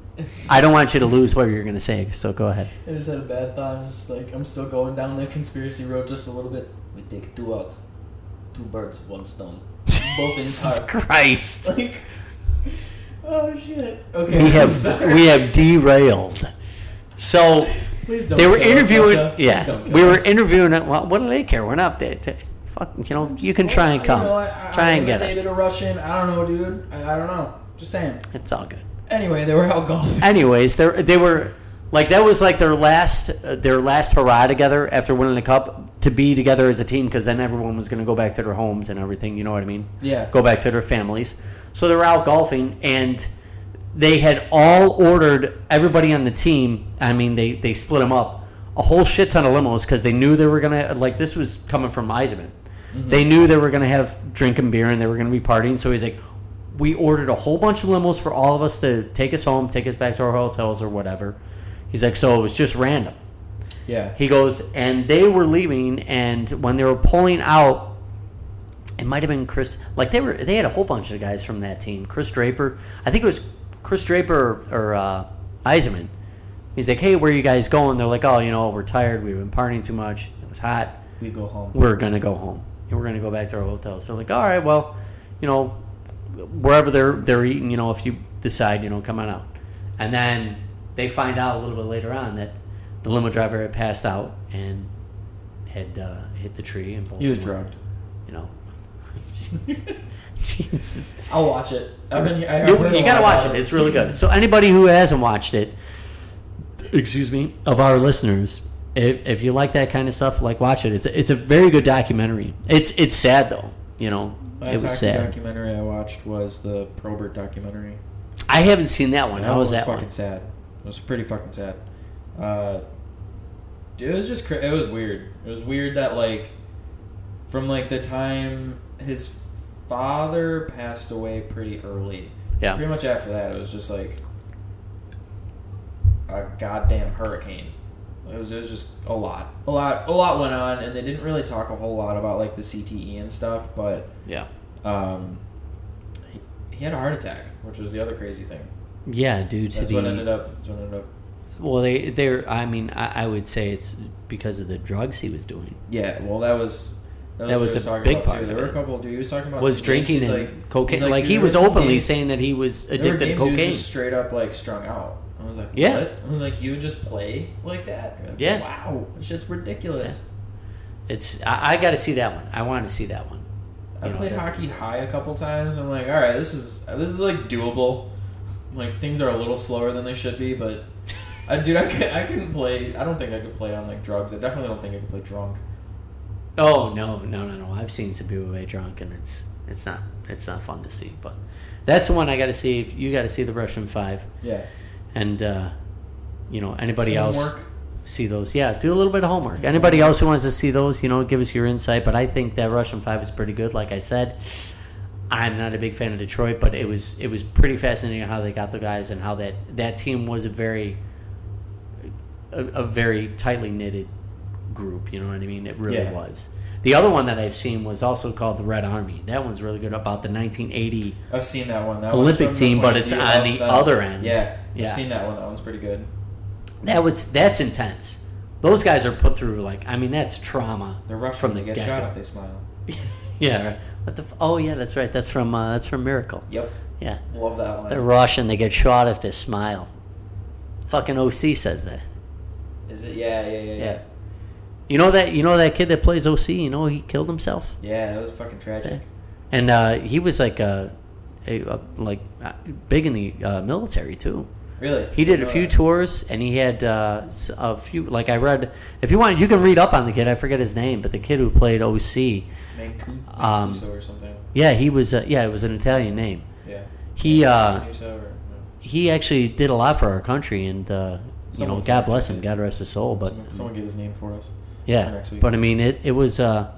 i don't want you to lose what you're going to say so go ahead I just had a bad thought. I'm just like, I'm still going down that conspiracy road just a little bit. We take two out, two birds, one stone. Both in jesus car. christ Like, oh shit. Okay. we I'm have sorry. we have derailed so Please don't. they were kill us, interviewing Russia. Please yeah don't kill we were us. interviewing well, what do they care we're not they, they- fuck you know you can try and You come know, I- I- try I and get imitated us a Russian. I don't know, dude. I, I don't know. Just saying. it's all good Anyway, they were out golfing. anyways, they they were like that was like their last uh, their last hurrah together after winning the cup to be together as a team because then everyone was going to go back to their homes and everything. You know what I mean? Yeah. Go back to their families. So they were out golfing and they had all ordered everybody on the team. I mean, they they split them up a whole shit ton of limos because they knew they were gonna like this was coming from Eisenman. They knew they were gonna have drinking beer and they were gonna be partying. So he's like, we ordered a whole bunch of limos for all of us to take us home, take us back to our hotels or whatever. He's like, so it was just random. Yeah. He goes, and they were leaving, and when they were pulling out, it might have been Chris. Like they were, they had a whole bunch of guys from that team. Chris Draper, I think it was Chris Draper or, or uh, Eisenman. He's like, hey, where are you guys going? They're like, oh, you know, we're tired. We've been partying too much. It was hot We go home. we're gonna go home and we're gonna go back to our hotel. So like, all right, well, you know, wherever they're they're eating, you know, if you decide, you know, come on out. And then they find out a little bit later on that the limo driver had passed out and had uh, hit the tree and both He was of them were, drugged. You know. Jesus. I'll watch it. I've been. I, I've You, heard a you gotta lot watch about it. It's really good. So anybody who hasn't watched it, excuse me, of our listeners, if, if you like that kind of stuff, like watch it. It's it's a very good documentary. It's it's sad though. You know, Last it was hockey sad. documentary I watched was the Probert documentary. I haven't seen that one. And How was it that fucking one? sad. It was pretty fucking sad. Uh, it was just cra- it was weird. It was weird that like from like the time his father passed away pretty early. Yeah. Pretty much after that, it was just like a goddamn hurricane. It was, it was just a lot, a lot, a lot went on, and they didn't really talk a whole lot about like the CTE and stuff. But Yeah, um, he, he had a heart attack, which was the other crazy thing. yeah, due to That's the what ended up. That's what ended up. well, they they're. I mean, I, I would say it's because of the drugs he was doing. Yeah, well, that was that was, That what was he a talking big about, part Too. There of were it. a couple. Dude, he was talking about was some drinking games, and he's like, cocaine. he's Like, dude, he there was were some openly games- saying that he was there were addicted to games he was cocaine. just straight up like strung out. I was like, Yeah. what? I was like, you would just play like that? You're like, Yeah. Wow, that shit's ridiculous. It's I, I got to see that one. I want to see that one. I You know, played that- hockey high a couple times. I'm like, all right, this is this is like doable. Like things are a little slower than they should be, but I, dude, I, could, I couldn't play. I don't think I could play on like drugs. I definitely don't think I could play drunk. Oh no, no, no, no! I've seen some people get drunk, and it's it's not it's not fun to see. But that's the one I got to see. If you got to see the Russian Five, Yeah. and uh, you know anybody else, Teamwork. see those. Yeah, do a little bit of homework. Anybody else who wants to see those, you know, give us your insight. But I think that Russian Five is pretty good. Like I said, I'm not a big fan of Detroit, but it was it was pretty fascinating how they got the guys and how that that team was a very a, a very tightly knitted group. You know what I mean? It really Yeah. was. The other one that I've seen was also called the Red Army. That one's really good about the 1980 I've seen that one. That Olympic one's from team, the point but of it's view on of the them. other end. Yeah, Yeah. I've seen that one. That one's pretty good. That was that's intense. Those guys are put through like I mean that's trauma. They're Russian. From they the get get-go. shot if they smile. Yeah. right. What the? F- oh yeah, that's right. That's from uh, that's from Miracle. Yep, Yeah, love that one. they're Russian. They get shot if they smile. Fucking OC says that. Is it? Yeah, yeah, yeah, yeah. Yeah. You know that you know that kid that plays OC. You know he killed himself. Yeah, that was fucking tragic. And uh, he was like uh, a, a like uh, big in the uh, military too. Really? Uh, He did a few tours. tours, and he had uh, s- a few. Like I read, if you want, you can read up on the kid. I forget his name, but the kid who played OC, Um, Mancuso or something. yeah, he was. Uh, yeah, it was an Italian name. Yeah. He uh, Mancuso or, he actually did a lot for our country, and uh, you know, Someone God bless him, God rest his soul. But no. Someone get his name for us. for yeah, next week. but I mean, it it was. Uh,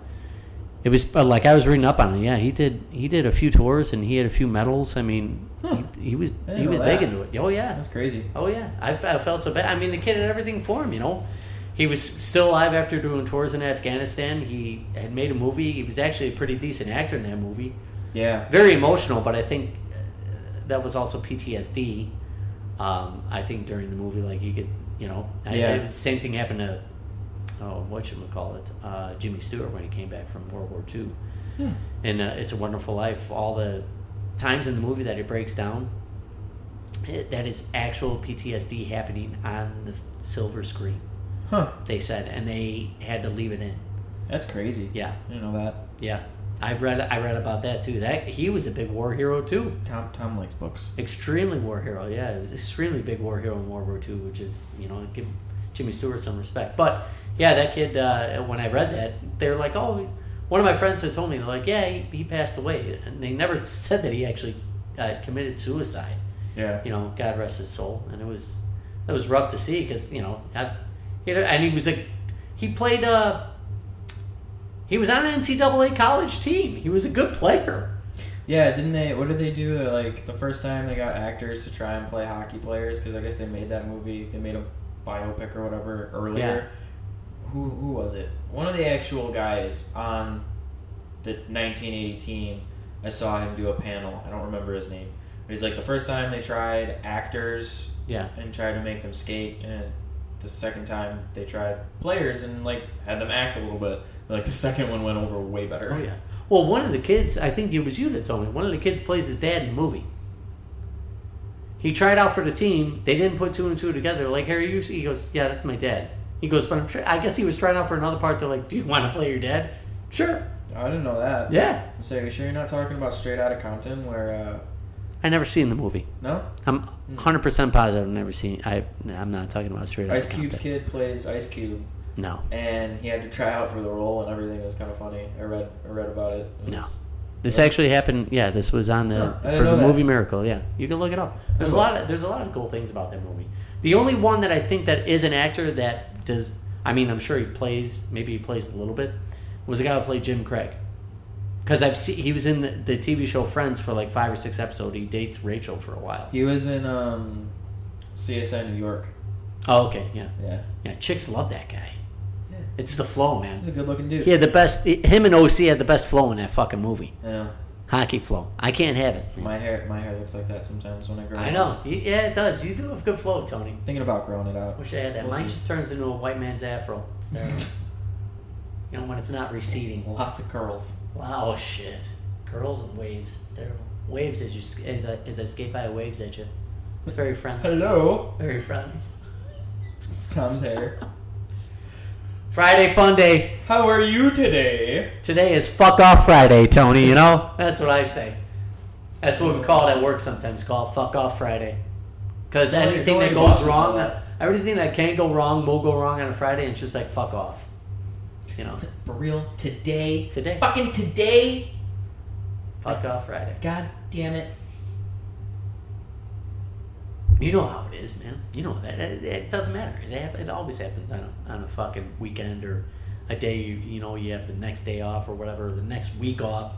it was uh, like I was reading up on it. Yeah, he did. He did a few tours, and he had a few medals. I mean, Huh. he, he was I didn't he know was that. big into it. Oh yeah, That's crazy. Oh yeah, I, I felt so bad. I mean, the kid had everything for him, you know. He was still alive after doing tours in Afghanistan. He had made a movie. He was actually a pretty decent actor in that movie. Yeah. Very emotional, but I think uh, that was also PTSD. Um, I think during the movie, like you could, you know, I, Yeah. I- the same thing happened to oh, what should we call it, uh, Jimmy Stewart when he came back from World War II. Hmm. And uh, It's a Wonderful Life. All the times in the movie that it breaks down, it, that is actual PTSD happening on the silver screen, Huh. they said, and they had to leave it in. That's crazy. Yeah, I didn't know that. yeah. I've read I read about that too. That he was a big war hero too. Tom Tom likes books. Extremely war hero, yeah. He was extremely big war hero in World War II, which is, you know, give Jimmy Stewart some respect. But yeah, that kid, uh, when I read that, they were like, oh, one of my friends had told me, they're like, yeah, he, he passed away. And they never said that he actually uh, committed suicide. Yeah. you know, God rest his soul. And it was, it was rough to see because you know, I, you know, and he was a, he played uh, he was on an NCAA college team. He was a good player. Yeah. Didn't they? What did they do? uh, Like the first time they got actors to try and play hockey players because I guess they made that movie. They made a biopic or whatever earlier. Who who was it? One of the actual guys on the 1980 team. I saw him do a panel. I don't remember his name, but he's like the first time they tried actors Yeah, and tried to make them skate and the second time they tried players and like had them act a little bit like the second one went over way oh better yeah. Well, one of the kids, I think it was you that told me. One of the kids plays his dad in the movie. He tried out for the team. They didn't put two and two together. Like Harry, you see, he goes, "Yeah, that's my dad." He goes, "But I'm sure." I guess he was trying out for another part. They're like, "Do you want to play your dad?" Sure. i didn't know that Yeah. i'm saying you sure you're not talking about straight out of compton where uh I never seen the movie. no I'm Hmm. 100 percent positive. I've never seen. I I'm not talking about straight ice Outta cube's Compton. kid plays ice cube No, and he had to try out for the role and everything It was kind of funny i read i read about it, It No. was- this actually happened. Yeah, this was on the No, I didn't for the know that. movie Miracle. Yeah, you can look it up. There's a will. lot. Of, there's a lot of cool things about that movie. The only one that I think that is an actor that does. I mean, I'm sure he plays. Maybe he plays a little bit. Was the guy who played Jim Craig. Because I've seen he was in the, the TV show Friends for like five or six episodes. He dates Rachel for a while. he was in um csi new york Oh, okay, yeah, yeah yeah. Chicks love that guy. Yeah. It's the flow, he's man. a good looking dude He had the best. Him and OC had the best flow in that fucking movie. i know Hockey flow. I can't have it. my hair my hair looks like that sometimes when i grow I it. know. You- Yeah, it does. You do have good flow, Tony. thinking about growing it out Wish I had that. We'll Mine see. just turns into a white man's afro. It's terrible. you know, when it's not receding. lots of curls Wow, shit. Curls and waves. It's terrible. Waves as you sk- and, uh, as I skate by waves at you. It's very friendly. hello Very friendly. It's Tom's hair. Friday fun day. How are you today? Today is fuck off Friday, Tony. You know that's what I say. That's what we call it at work sometimes. Call it fuck off Friday. Because Well, you're anything going that to goes bosses wrong, uh, for that. everything that can go wrong will go wrong on a Friday, and it's just like fuck off. You know, For real? Today? today Fucking today? fuck off Friday. God damn it. You know how it is, man. You know that it, it doesn't matter. It, hap- it always happens on a, on a fucking weekend or a day. You, you know you have the next day off or whatever, the next week off.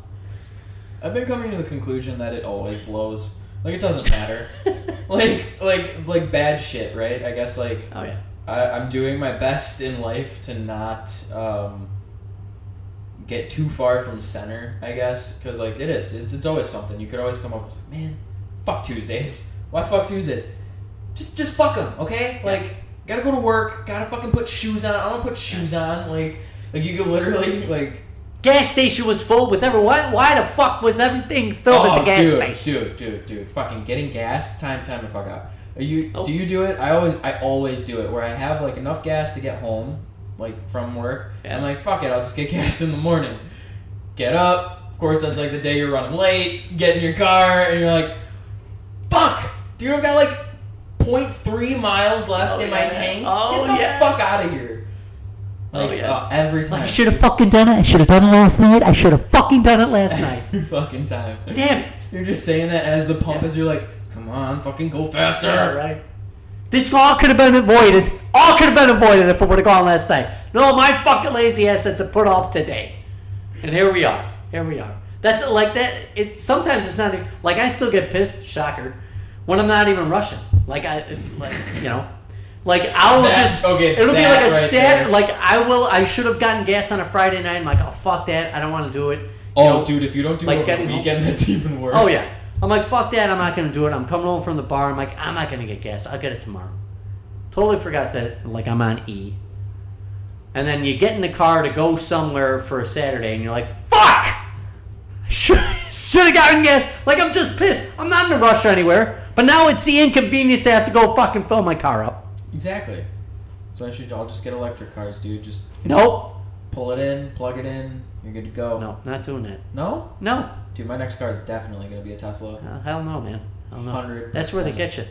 I've been coming to the conclusion that it always blows. Like it doesn't matter. like like like bad shit, right? I guess like Oh yeah, I, I'm doing my best in life to not um, get too far from center, I guess, because like it is, it's, it's always something. You could always come up with like, man, fuck Tuesdays. Why fuck Tuesdays? Just just fuck them, okay? Yeah. Like gotta go to work, gotta fucking put shoes on. I don't put shoes on. Like like you could literally like gas station was full with everyone. Why, why the fuck was everything filled at the gas Oh, dude, station? Dude, dude, dude, fucking getting gas, time, time to fuck out. Are you? Oh. Do you do it? I always, I always do it where I have like enough gas to get home, like from work. Yeah. I'm like, fuck it, I'll just get gas in the morning. Get up. Of course, that's like the day you're running late. Get in your car, and you're like, fuck, dude, I've got like 0.3 miles left Oh, in yeah. my tank. Oh, get the yes. fuck out of here. Oh, Like, uh, yes. every time. I should have fucking done it. I should have done it last night. I should have fucking done it last night. every fucking time. Damn it. You're just saying that as the pump Yeah. is you're like, come on, fucking go All faster. right. This all could have been avoided. All could have been avoided if it would have gone last night. No, my fucking lazy ass that's a put off today. And here we are. Here we are. That's like that. It sometimes it's not e- like I still get pissed. Shocker. When I'm not even rushing, like I, like you know, like I will That's- just. okay, it'll be that like right a sad. there. Like I will. I should have gotten gas on a Friday night. I'm like, oh fuck that. I don't want to do it. You Oh, know, dude, if you don't do like it over getting the weekend, that's even worse. Oh yeah. I'm like, fuck that. I'm not gonna do it. I'm coming home from the bar. I'm like, I'm not gonna get gas. I'll get it tomorrow. Totally forgot that. Like I'm on E. And then you get in the car to go somewhere for a Saturday, and you're like, fuck. I Should should have gotten gas. Like I'm just pissed. I'm not in a rush anywhere. But now it's the inconvenience to have to go fucking fill my car up. Exactly. So I should all just get electric cars, dude. Just Nope. pull it in, plug it in, you're good to go. No, not doing that. No? No. Dude, my next car is definitely gonna be a Tesla. Uh, hell no, man. Hell no. 100%. That's where they get you.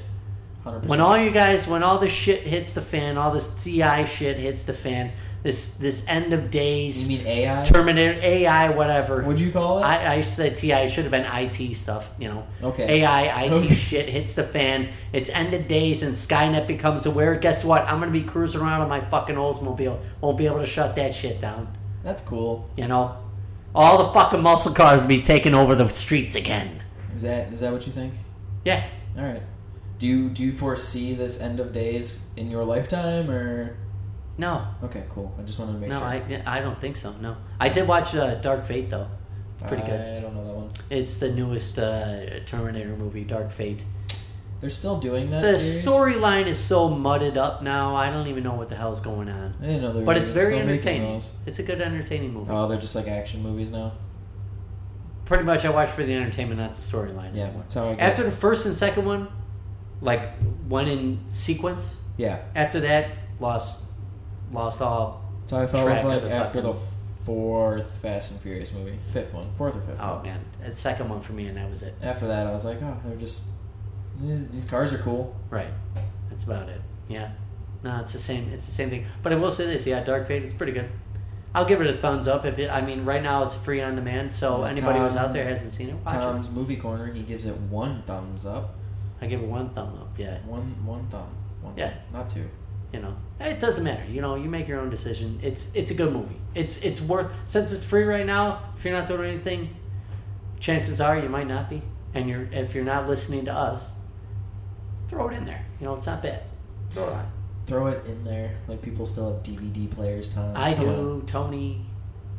Hundred percent. When all you guys, when all this shit hits the fan, all this TI shit hits the fan, this this end of You days, mean AI? Terminator, AI, whatever. Would you call it? I, I said TI it should have been IT stuff, you know. okay. AI, IT Okay. shit hits the fan. It's end of days, and Skynet becomes aware. Guess what? I'm gonna be cruising around on my fucking Oldsmobile. Won't be able to shut that shit down. That's cool. You know, all the fucking muscle cars will be taking over the streets again. Is that is that what you think? Yeah. Alright. Do you do you foresee this end of days in your lifetime or No, Okay, cool. I just wanted to make no, sure. I, I don't think so. No, I did watch uh, Dark Fate though. It's pretty good. I don't know that one. It's the newest uh, Terminator movie, Dark Fate. They're still doing that. The series? storyline is so mudded up now. I don't even know what the hell's going on. I didn't know they were But it's still very making entertaining. those. It's a good entertaining movie. Oh, they're just like action movies now. Pretty much, I watch for the entertainment, not the storyline Yeah, anymore. that's how I get. After the first and second one, like one in sequence. yeah, After that, lost, lost all. that's how I felt Track with like of the after the fucking- fourth Fast and Furious movie, fifth one, fourth or fifth. Oh man, the second one for me, and that was it. After that, I was like, oh, they're just these, these cars are cool. Right. That's about it. Yeah. No, it's the same. It's the same thing. But I will say this. Yeah, Dark Fate. It's pretty good. I'll give it a thumbs up. If it, I mean, right now it's free on demand, so Yeah, anybody who's Tom- out there hasn't seen it, watch Tom's movie corner, he gives it one thumbs up, it. I give it one thumb up. Yeah. one one thumb, one Yeah. not two. You know, it doesn't matter. You know, you make your own decision. It's it's a good movie. It's it's worth since it's free right now. If you're not doing anything, chances are you might not be. And you're if you're not listening to us, throw it in there. You know, it's not bad. Throw it on. Throw it in there, like people still have DVD players. Tom, I Come on. do. Tony.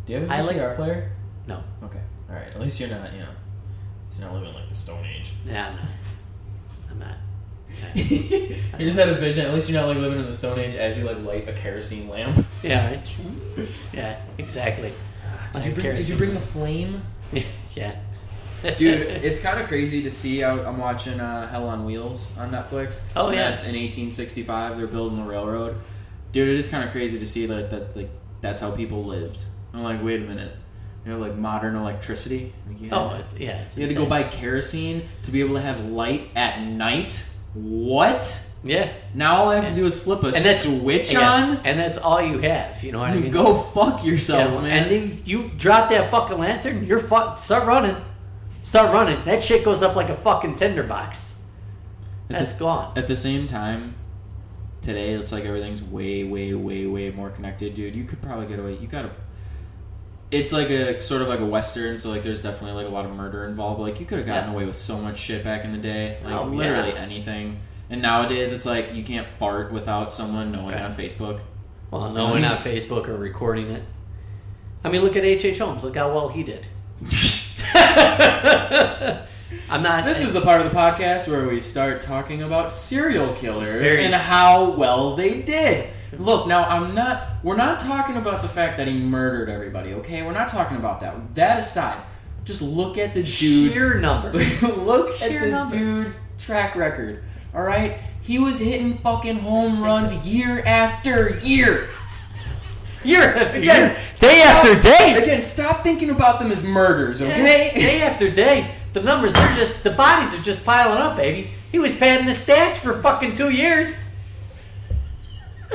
Do you have a I like- VCR player? No. Okay, all right. At least you're not, you know, at least you're not living like the Stone Age. Yeah, I'm not. I'm not. you just had a vision. At least you're not like living in the Stone Age as you like light a kerosene lamp. Yeah, right? yeah, exactly. Did you bring, did you bring the flame, yeah. dude? It's kind of crazy to see. I, I'm watching uh, Hell on Wheels on Netflix. Oh, yeah. it's in 1865. They're building the railroad. Dude, it is kind of crazy to see that that like that's how people lived. I'm like, wait a minute. You know, like modern electricity. Like, you had- oh, it's yeah. It's you had to go insane. buy kerosene to be able to have light at night. What? Yeah, Now all I have to do is flip a And that's- switch yeah, on. and that's all you have. You know what I You mean? go fuck Yeah, yourself, man. And then you drop that fucking lantern. You're fuck. Start running. Start running. That shit goes up like a fucking tinderbox. At That's gone. At the same time, today it's like everything's way, way, way, way more connected, dude. You could probably get away. You gotta. It's like a sort of like a western, so like there's definitely like a lot of murder involved. But like you could have gotten Yeah. away with so much shit back in the day, like Oh, yeah. literally anything. And nowadays it's like you can't fart without someone knowing Right. on Facebook. Well, no, we're not Facebook or recording it. I mean, look at H.H. H. Holmes. Look how well he did. I'm not. This is the part of the podcast where we start talking about serial killers Very and s- how well they did. Look, now I'm not we're not talking about the fact that he murdered everybody, okay? We're not talking about that. That aside, just look at the dude's sheer numbers. look Sheer at the numbers. dude's track record. All right? He was hitting fucking home runs year after year. year after Again, year, day after day, Again, stop thinking about them as murders, day, okay? day after day. The numbers are just the bodies are just piling up, baby. He was padding the stats for fucking two years,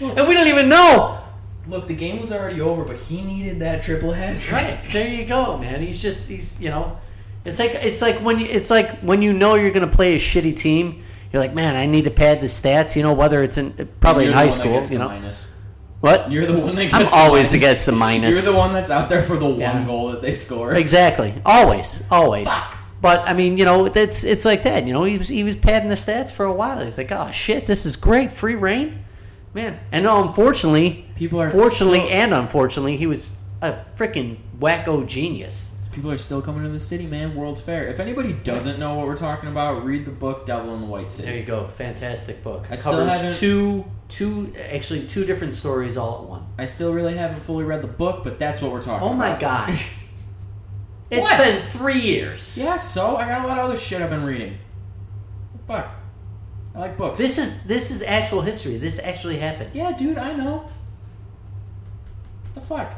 and we don't even know. Look, the game was already over, but he needed that triple hat trick. Right there, you go, man. He's just he's you know, it's like it's like when you, it's like when you know you're gonna play a shitty team. You're like, man, I need to pad the stats. You know, whether it's in probably in You're the high one that school. gets You the know minus. what? You're the one that. Gets I'm the always minus. against the minus. You're the one that's out there for the one Yeah. goal that they score. Exactly. Always. Always. But I mean, you know, it's it's like that. You know, he was he was padding the stats for a while. He's like, oh shit, this is great, free reign, man. And no, unfortunately, People are fortunately still- and unfortunately, he was a freaking wacko genius. People are still coming to the city, man. World's Fair. If anybody doesn't know what we're talking about, read the book "Devil in the White There City." you go, fantastic book. I still haven't- Covers two two actually two different stories all at one. I still really haven't fully read the book, but that's what we're talking. Oh my about. god, it's What? been three years. Yeah, so I got a lot of other shit I've been reading. Fuck. I like books. This is this is actual history. This actually happened. Yeah, dude, I know. The fuck.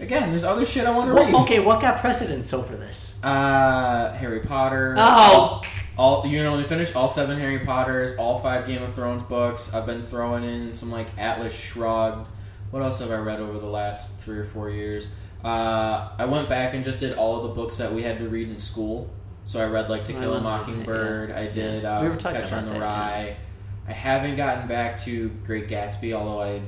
Again, there's other shit I want to read. Well, okay, what got precedence over this? Uh, Harry Potter. Oh, All you know, let me finish. All seven Harry Potters, all five Game of Thrones books. I've been throwing in some like Atlas Shrugged. What else have I read over the last three or four years? Uh, I went back and just did all of the books that we had to read in school. So I read like To I Kill a remember that, Mockingbird. I did uh, We were talking Catcher in the about that, Rye. I haven't gotten back to Great Gatsby, although I,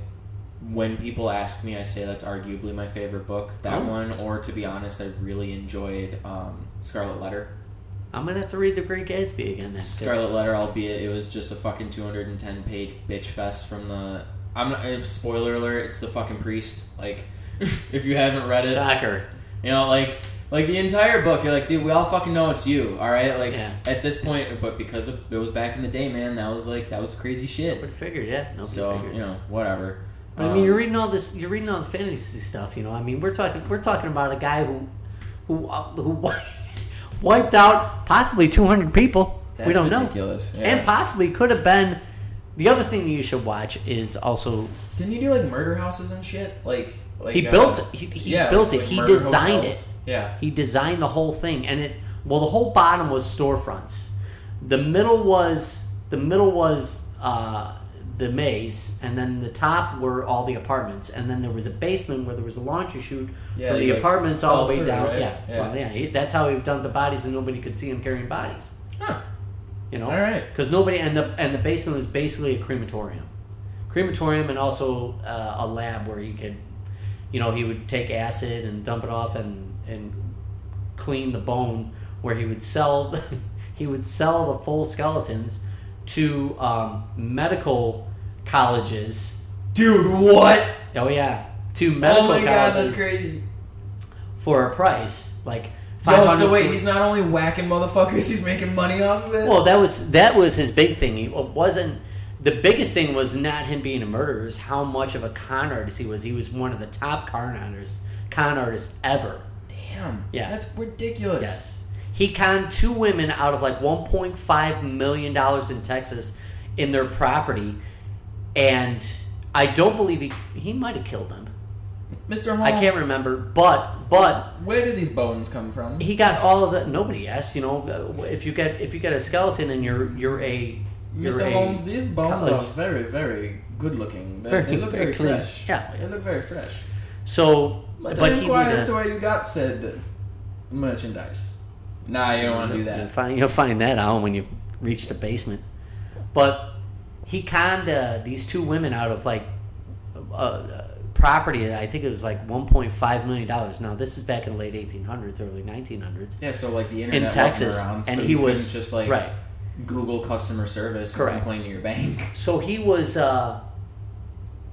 when people ask me, I say that's arguably my favorite book. That Oh. one, or to be honest, I really enjoyed um, Scarlet Letter. I'm gonna have to read The Great Gatsby again. Then 'cause- Scarlet Letter, albeit it was just a fucking 210 page bitch fest from the. I'm not. If spoiler alert, it's the fucking priest. Like, if you haven't read it, Shocker. you know, like, like the entire book, you're like, dude, we all fucking know it's you, all right? Like, Yeah. at this point, but because of, it was back in the day, man, that was like that was crazy shit. Nobody figured, yeah. Nobody So figured. you know, whatever. But I mean, Um, you're reading all this. You're reading all the fantasy stuff. You know, I mean, we're talking. We're talking about a guy who, who, uh, who wiped out possibly 200 people. we that's don't know, ridiculous. Yeah. and possibly could have been. The other thing that you should watch is also Didn't he do like murder houses and shit? Like, like he uh, built. He, he yeah, built it. like He murder designed hotels. it. Yeah. He designed the whole thing, and it well, the whole bottom was storefronts. The middle was the middle was uh, the maze, and then the top were all the apartments, and then there was a basement where there was a laundry chute Yeah, from the you, like, apartments all the fell way through, down. right? Yeah, Yeah. Well, yeah. He, that's how he dumped the bodies, and nobody could see him carrying bodies. Huh. You know, All right. because nobody and the and the basement was basically a crematorium, crematorium and also uh, a lab where he could, you know, he would take acid and dump it off and and clean the bone where he would sell he would sell the full skeletons to um, medical colleges. Dude, what? Oh yeah, to medical colleges crazy. for a price like five Oh, hundred. so wait, he's not only whacking motherfuckers, he's making money off of it? Well, that was that was his big thing. He wasn't the biggest thing was not him being a murderer. Is how much of a con artist he was. He was one of the top con artists con artists ever. Damn. Yeah. That's ridiculous. Yes, he conned two women out of like 1.5 million dollars in Texas in their property, and I don't believe he he might have killed them. Mr. Holmes. I can't remember, but but Where do these bones come from? he got all of that. Nobody asked, you know, if you get if you get a skeleton and you're you're a you're Mr. a- Holmes, these bones college- are very, very good looking. They, Very, they look very very, clean. fresh. Yeah. They look very fresh. So, But, but I he inquire would, as uh, to where you got said merchandise. Nah, you don't want to do You'll that. find, you'll find that out when you reach the basement. But he conned uh, these two women out of like uh, uh, property. that I think it was like 1.5 million dollars. Now this is back in the late 1800s, early 1900s. Yeah, so like the internet Texas, wasn't around, and so he you couldn't was- just like right. Google customer service Correct. and complain to your bank. So he was uh,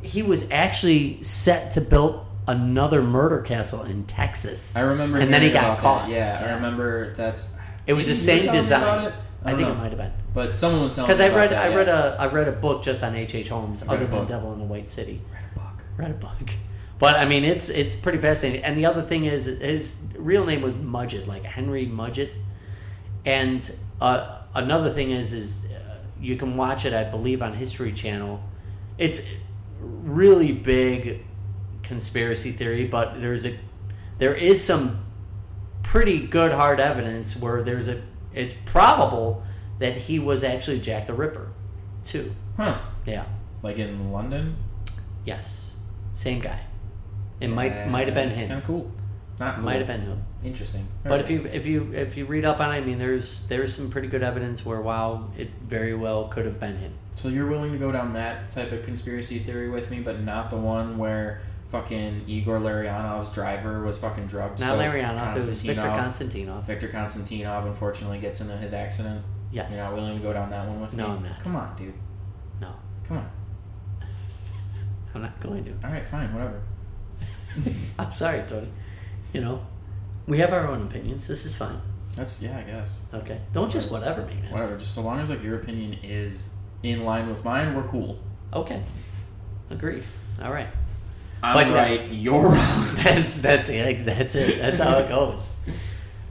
he was actually set to build another murder castle in Texas. I remember, And then he hearing about got that. caught. Yeah, Yeah. I remember that's. It was the Didn't you same tell me design. about it? Uh-huh. I, I, don't think know. it might have been But someone was telling because me I about read that, I read yeah. a I read a book just on H. H. Holmes read other a than book. Devil in the White City. read a book. Read a book, but I mean it's it's pretty fascinating. And the other thing is his real name was Mudgett, like Henry Mudgett. And uh, another thing is is uh, you can watch it, I believe, on History Channel. It's really big conspiracy theory, but there's a there is some pretty good hard evidence where there's a it's probable that he was actually Jack the Ripper, too. Huh? Yeah. Like in London. Yes. Same guy. It might might have been Kind him. of cool. Not cool. Might have been him. interesting. But if you if you if you read up on it, I mean, there's there's some pretty good evidence where wow, it very well could have been him. so you're willing to go down that type of conspiracy theory with me, but not the one where fucking Igor Larionov's driver was fucking drugged. Not so Larionov, it was Victor Konstantinov- Konstantinov. Victor Konstantinov unfortunately gets into his accident. Yes. You're not willing to go down that one with No, me? I'm not. Come on, dude. No, Come on. I'm not going to. All right, fine, whatever. I'm sorry, Tony. You know, we have our own opinions. This is fine. That's yeah, I guess. Okay. Don't just whatever me, man. Whatever. Just so long as like your opinion is in line with mine, we're cool. Okay. Agreed. All right. I'm But- right. You're wrong. that's that's it. That's it. That's how it goes.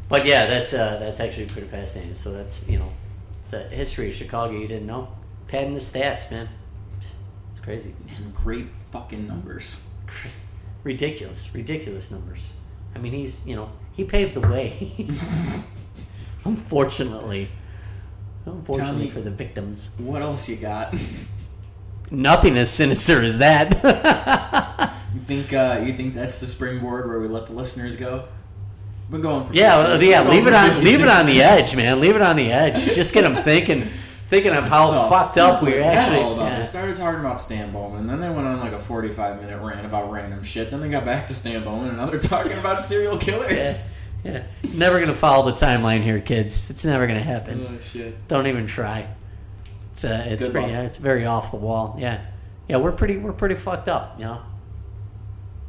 But yeah, that's uh, that's actually pretty fascinating. So that's you know, it's a history of Chicago you didn't know. Padding the stats, man. It's crazy. Some great fucking numbers. Ridiculous, ridiculous numbers. I mean, he's you know he paved the way. unfortunately, unfortunately Tommy. for the victims, What else you got? you nothing as sinister as that. think uh, you think that's the springboard where we let the listeners go? We're going for Yeah, 50. well, yeah. We're Leave it going for on. Leave it 56. on the edge, man. Leave it on the edge. Just get them thinking, thinking of how Oh, fucked up fuck was we're that actually. all about? yeah. They started talking about Stan Bowman, then they went on like a forty-five minute rant about random shit. Then they got back to Stan Bowman, and now they're talking about serial Yeah, killers. yeah. Never gonna follow the timeline here, kids. It's never gonna happen. Oh shit! Don't even try. It's uh, it's Good pretty, luck. yeah, it's very off the wall. Yeah, yeah. We're pretty we're pretty fucked up. You know.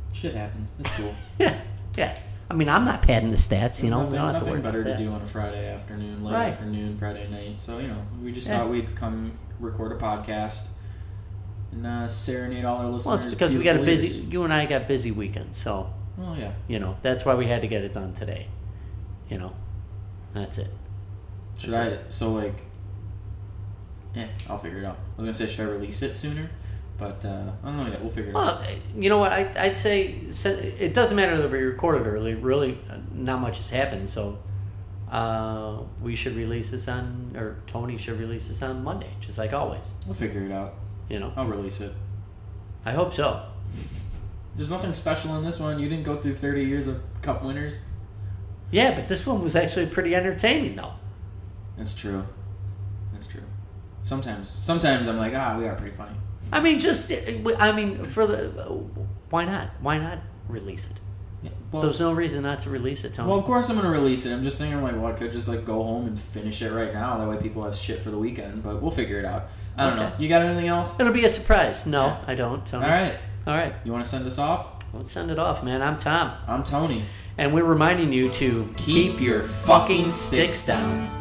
Shit happens. It's cool. Yeah, yeah. I mean, I'm not padding the stats. You know, nothing, we don't have to nothing worry better to about that. do on a Friday afternoon, late Right. afternoon, Friday night. So you know, we just Yeah. thought we'd come record a podcast and uh, serenade all our listeners. Well, it's because we got a beautiful busy. ears. You and I got busy weekends, so Well, yeah. you know that's why we had to get it done today. You know, that's it. Should That's I? So like, yeah, I'll figure it out. I was gonna say should I release it sooner, but uh, I don't know yet. We'll figure it out. Well, you know what? I, I'd say se- it doesn't matter that we recorded early. Really, uh, not much has happened, so uh, we should release this on, or Tony should release this on Monday, just like always. We'll figure it out. You know, I'll release it. I hope so. There's nothing special in this one. You didn't go through 30 years of cup winners. Yeah, but this one was actually pretty entertaining, though. That's true. That's true. Sometimes, sometimes I'm like, ah, we are pretty funny. I mean, just I mean, for the why not? Why not release it? Yeah, well, There's no reason not to release it, Tony. Well, of course I'm gonna release it. I'm just thinking like, well, I could just like go home and finish it right now. That way people have shit for the weekend. But we'll figure it out. I don't know. Okay. You got anything else? It'll be a surprise. No, Yeah. I don't, Tony. All right. All right, You want to send us off? let's send it off, man. I'm Tom. I'm Tony. And we're reminding you to Keep your fucking sticks down.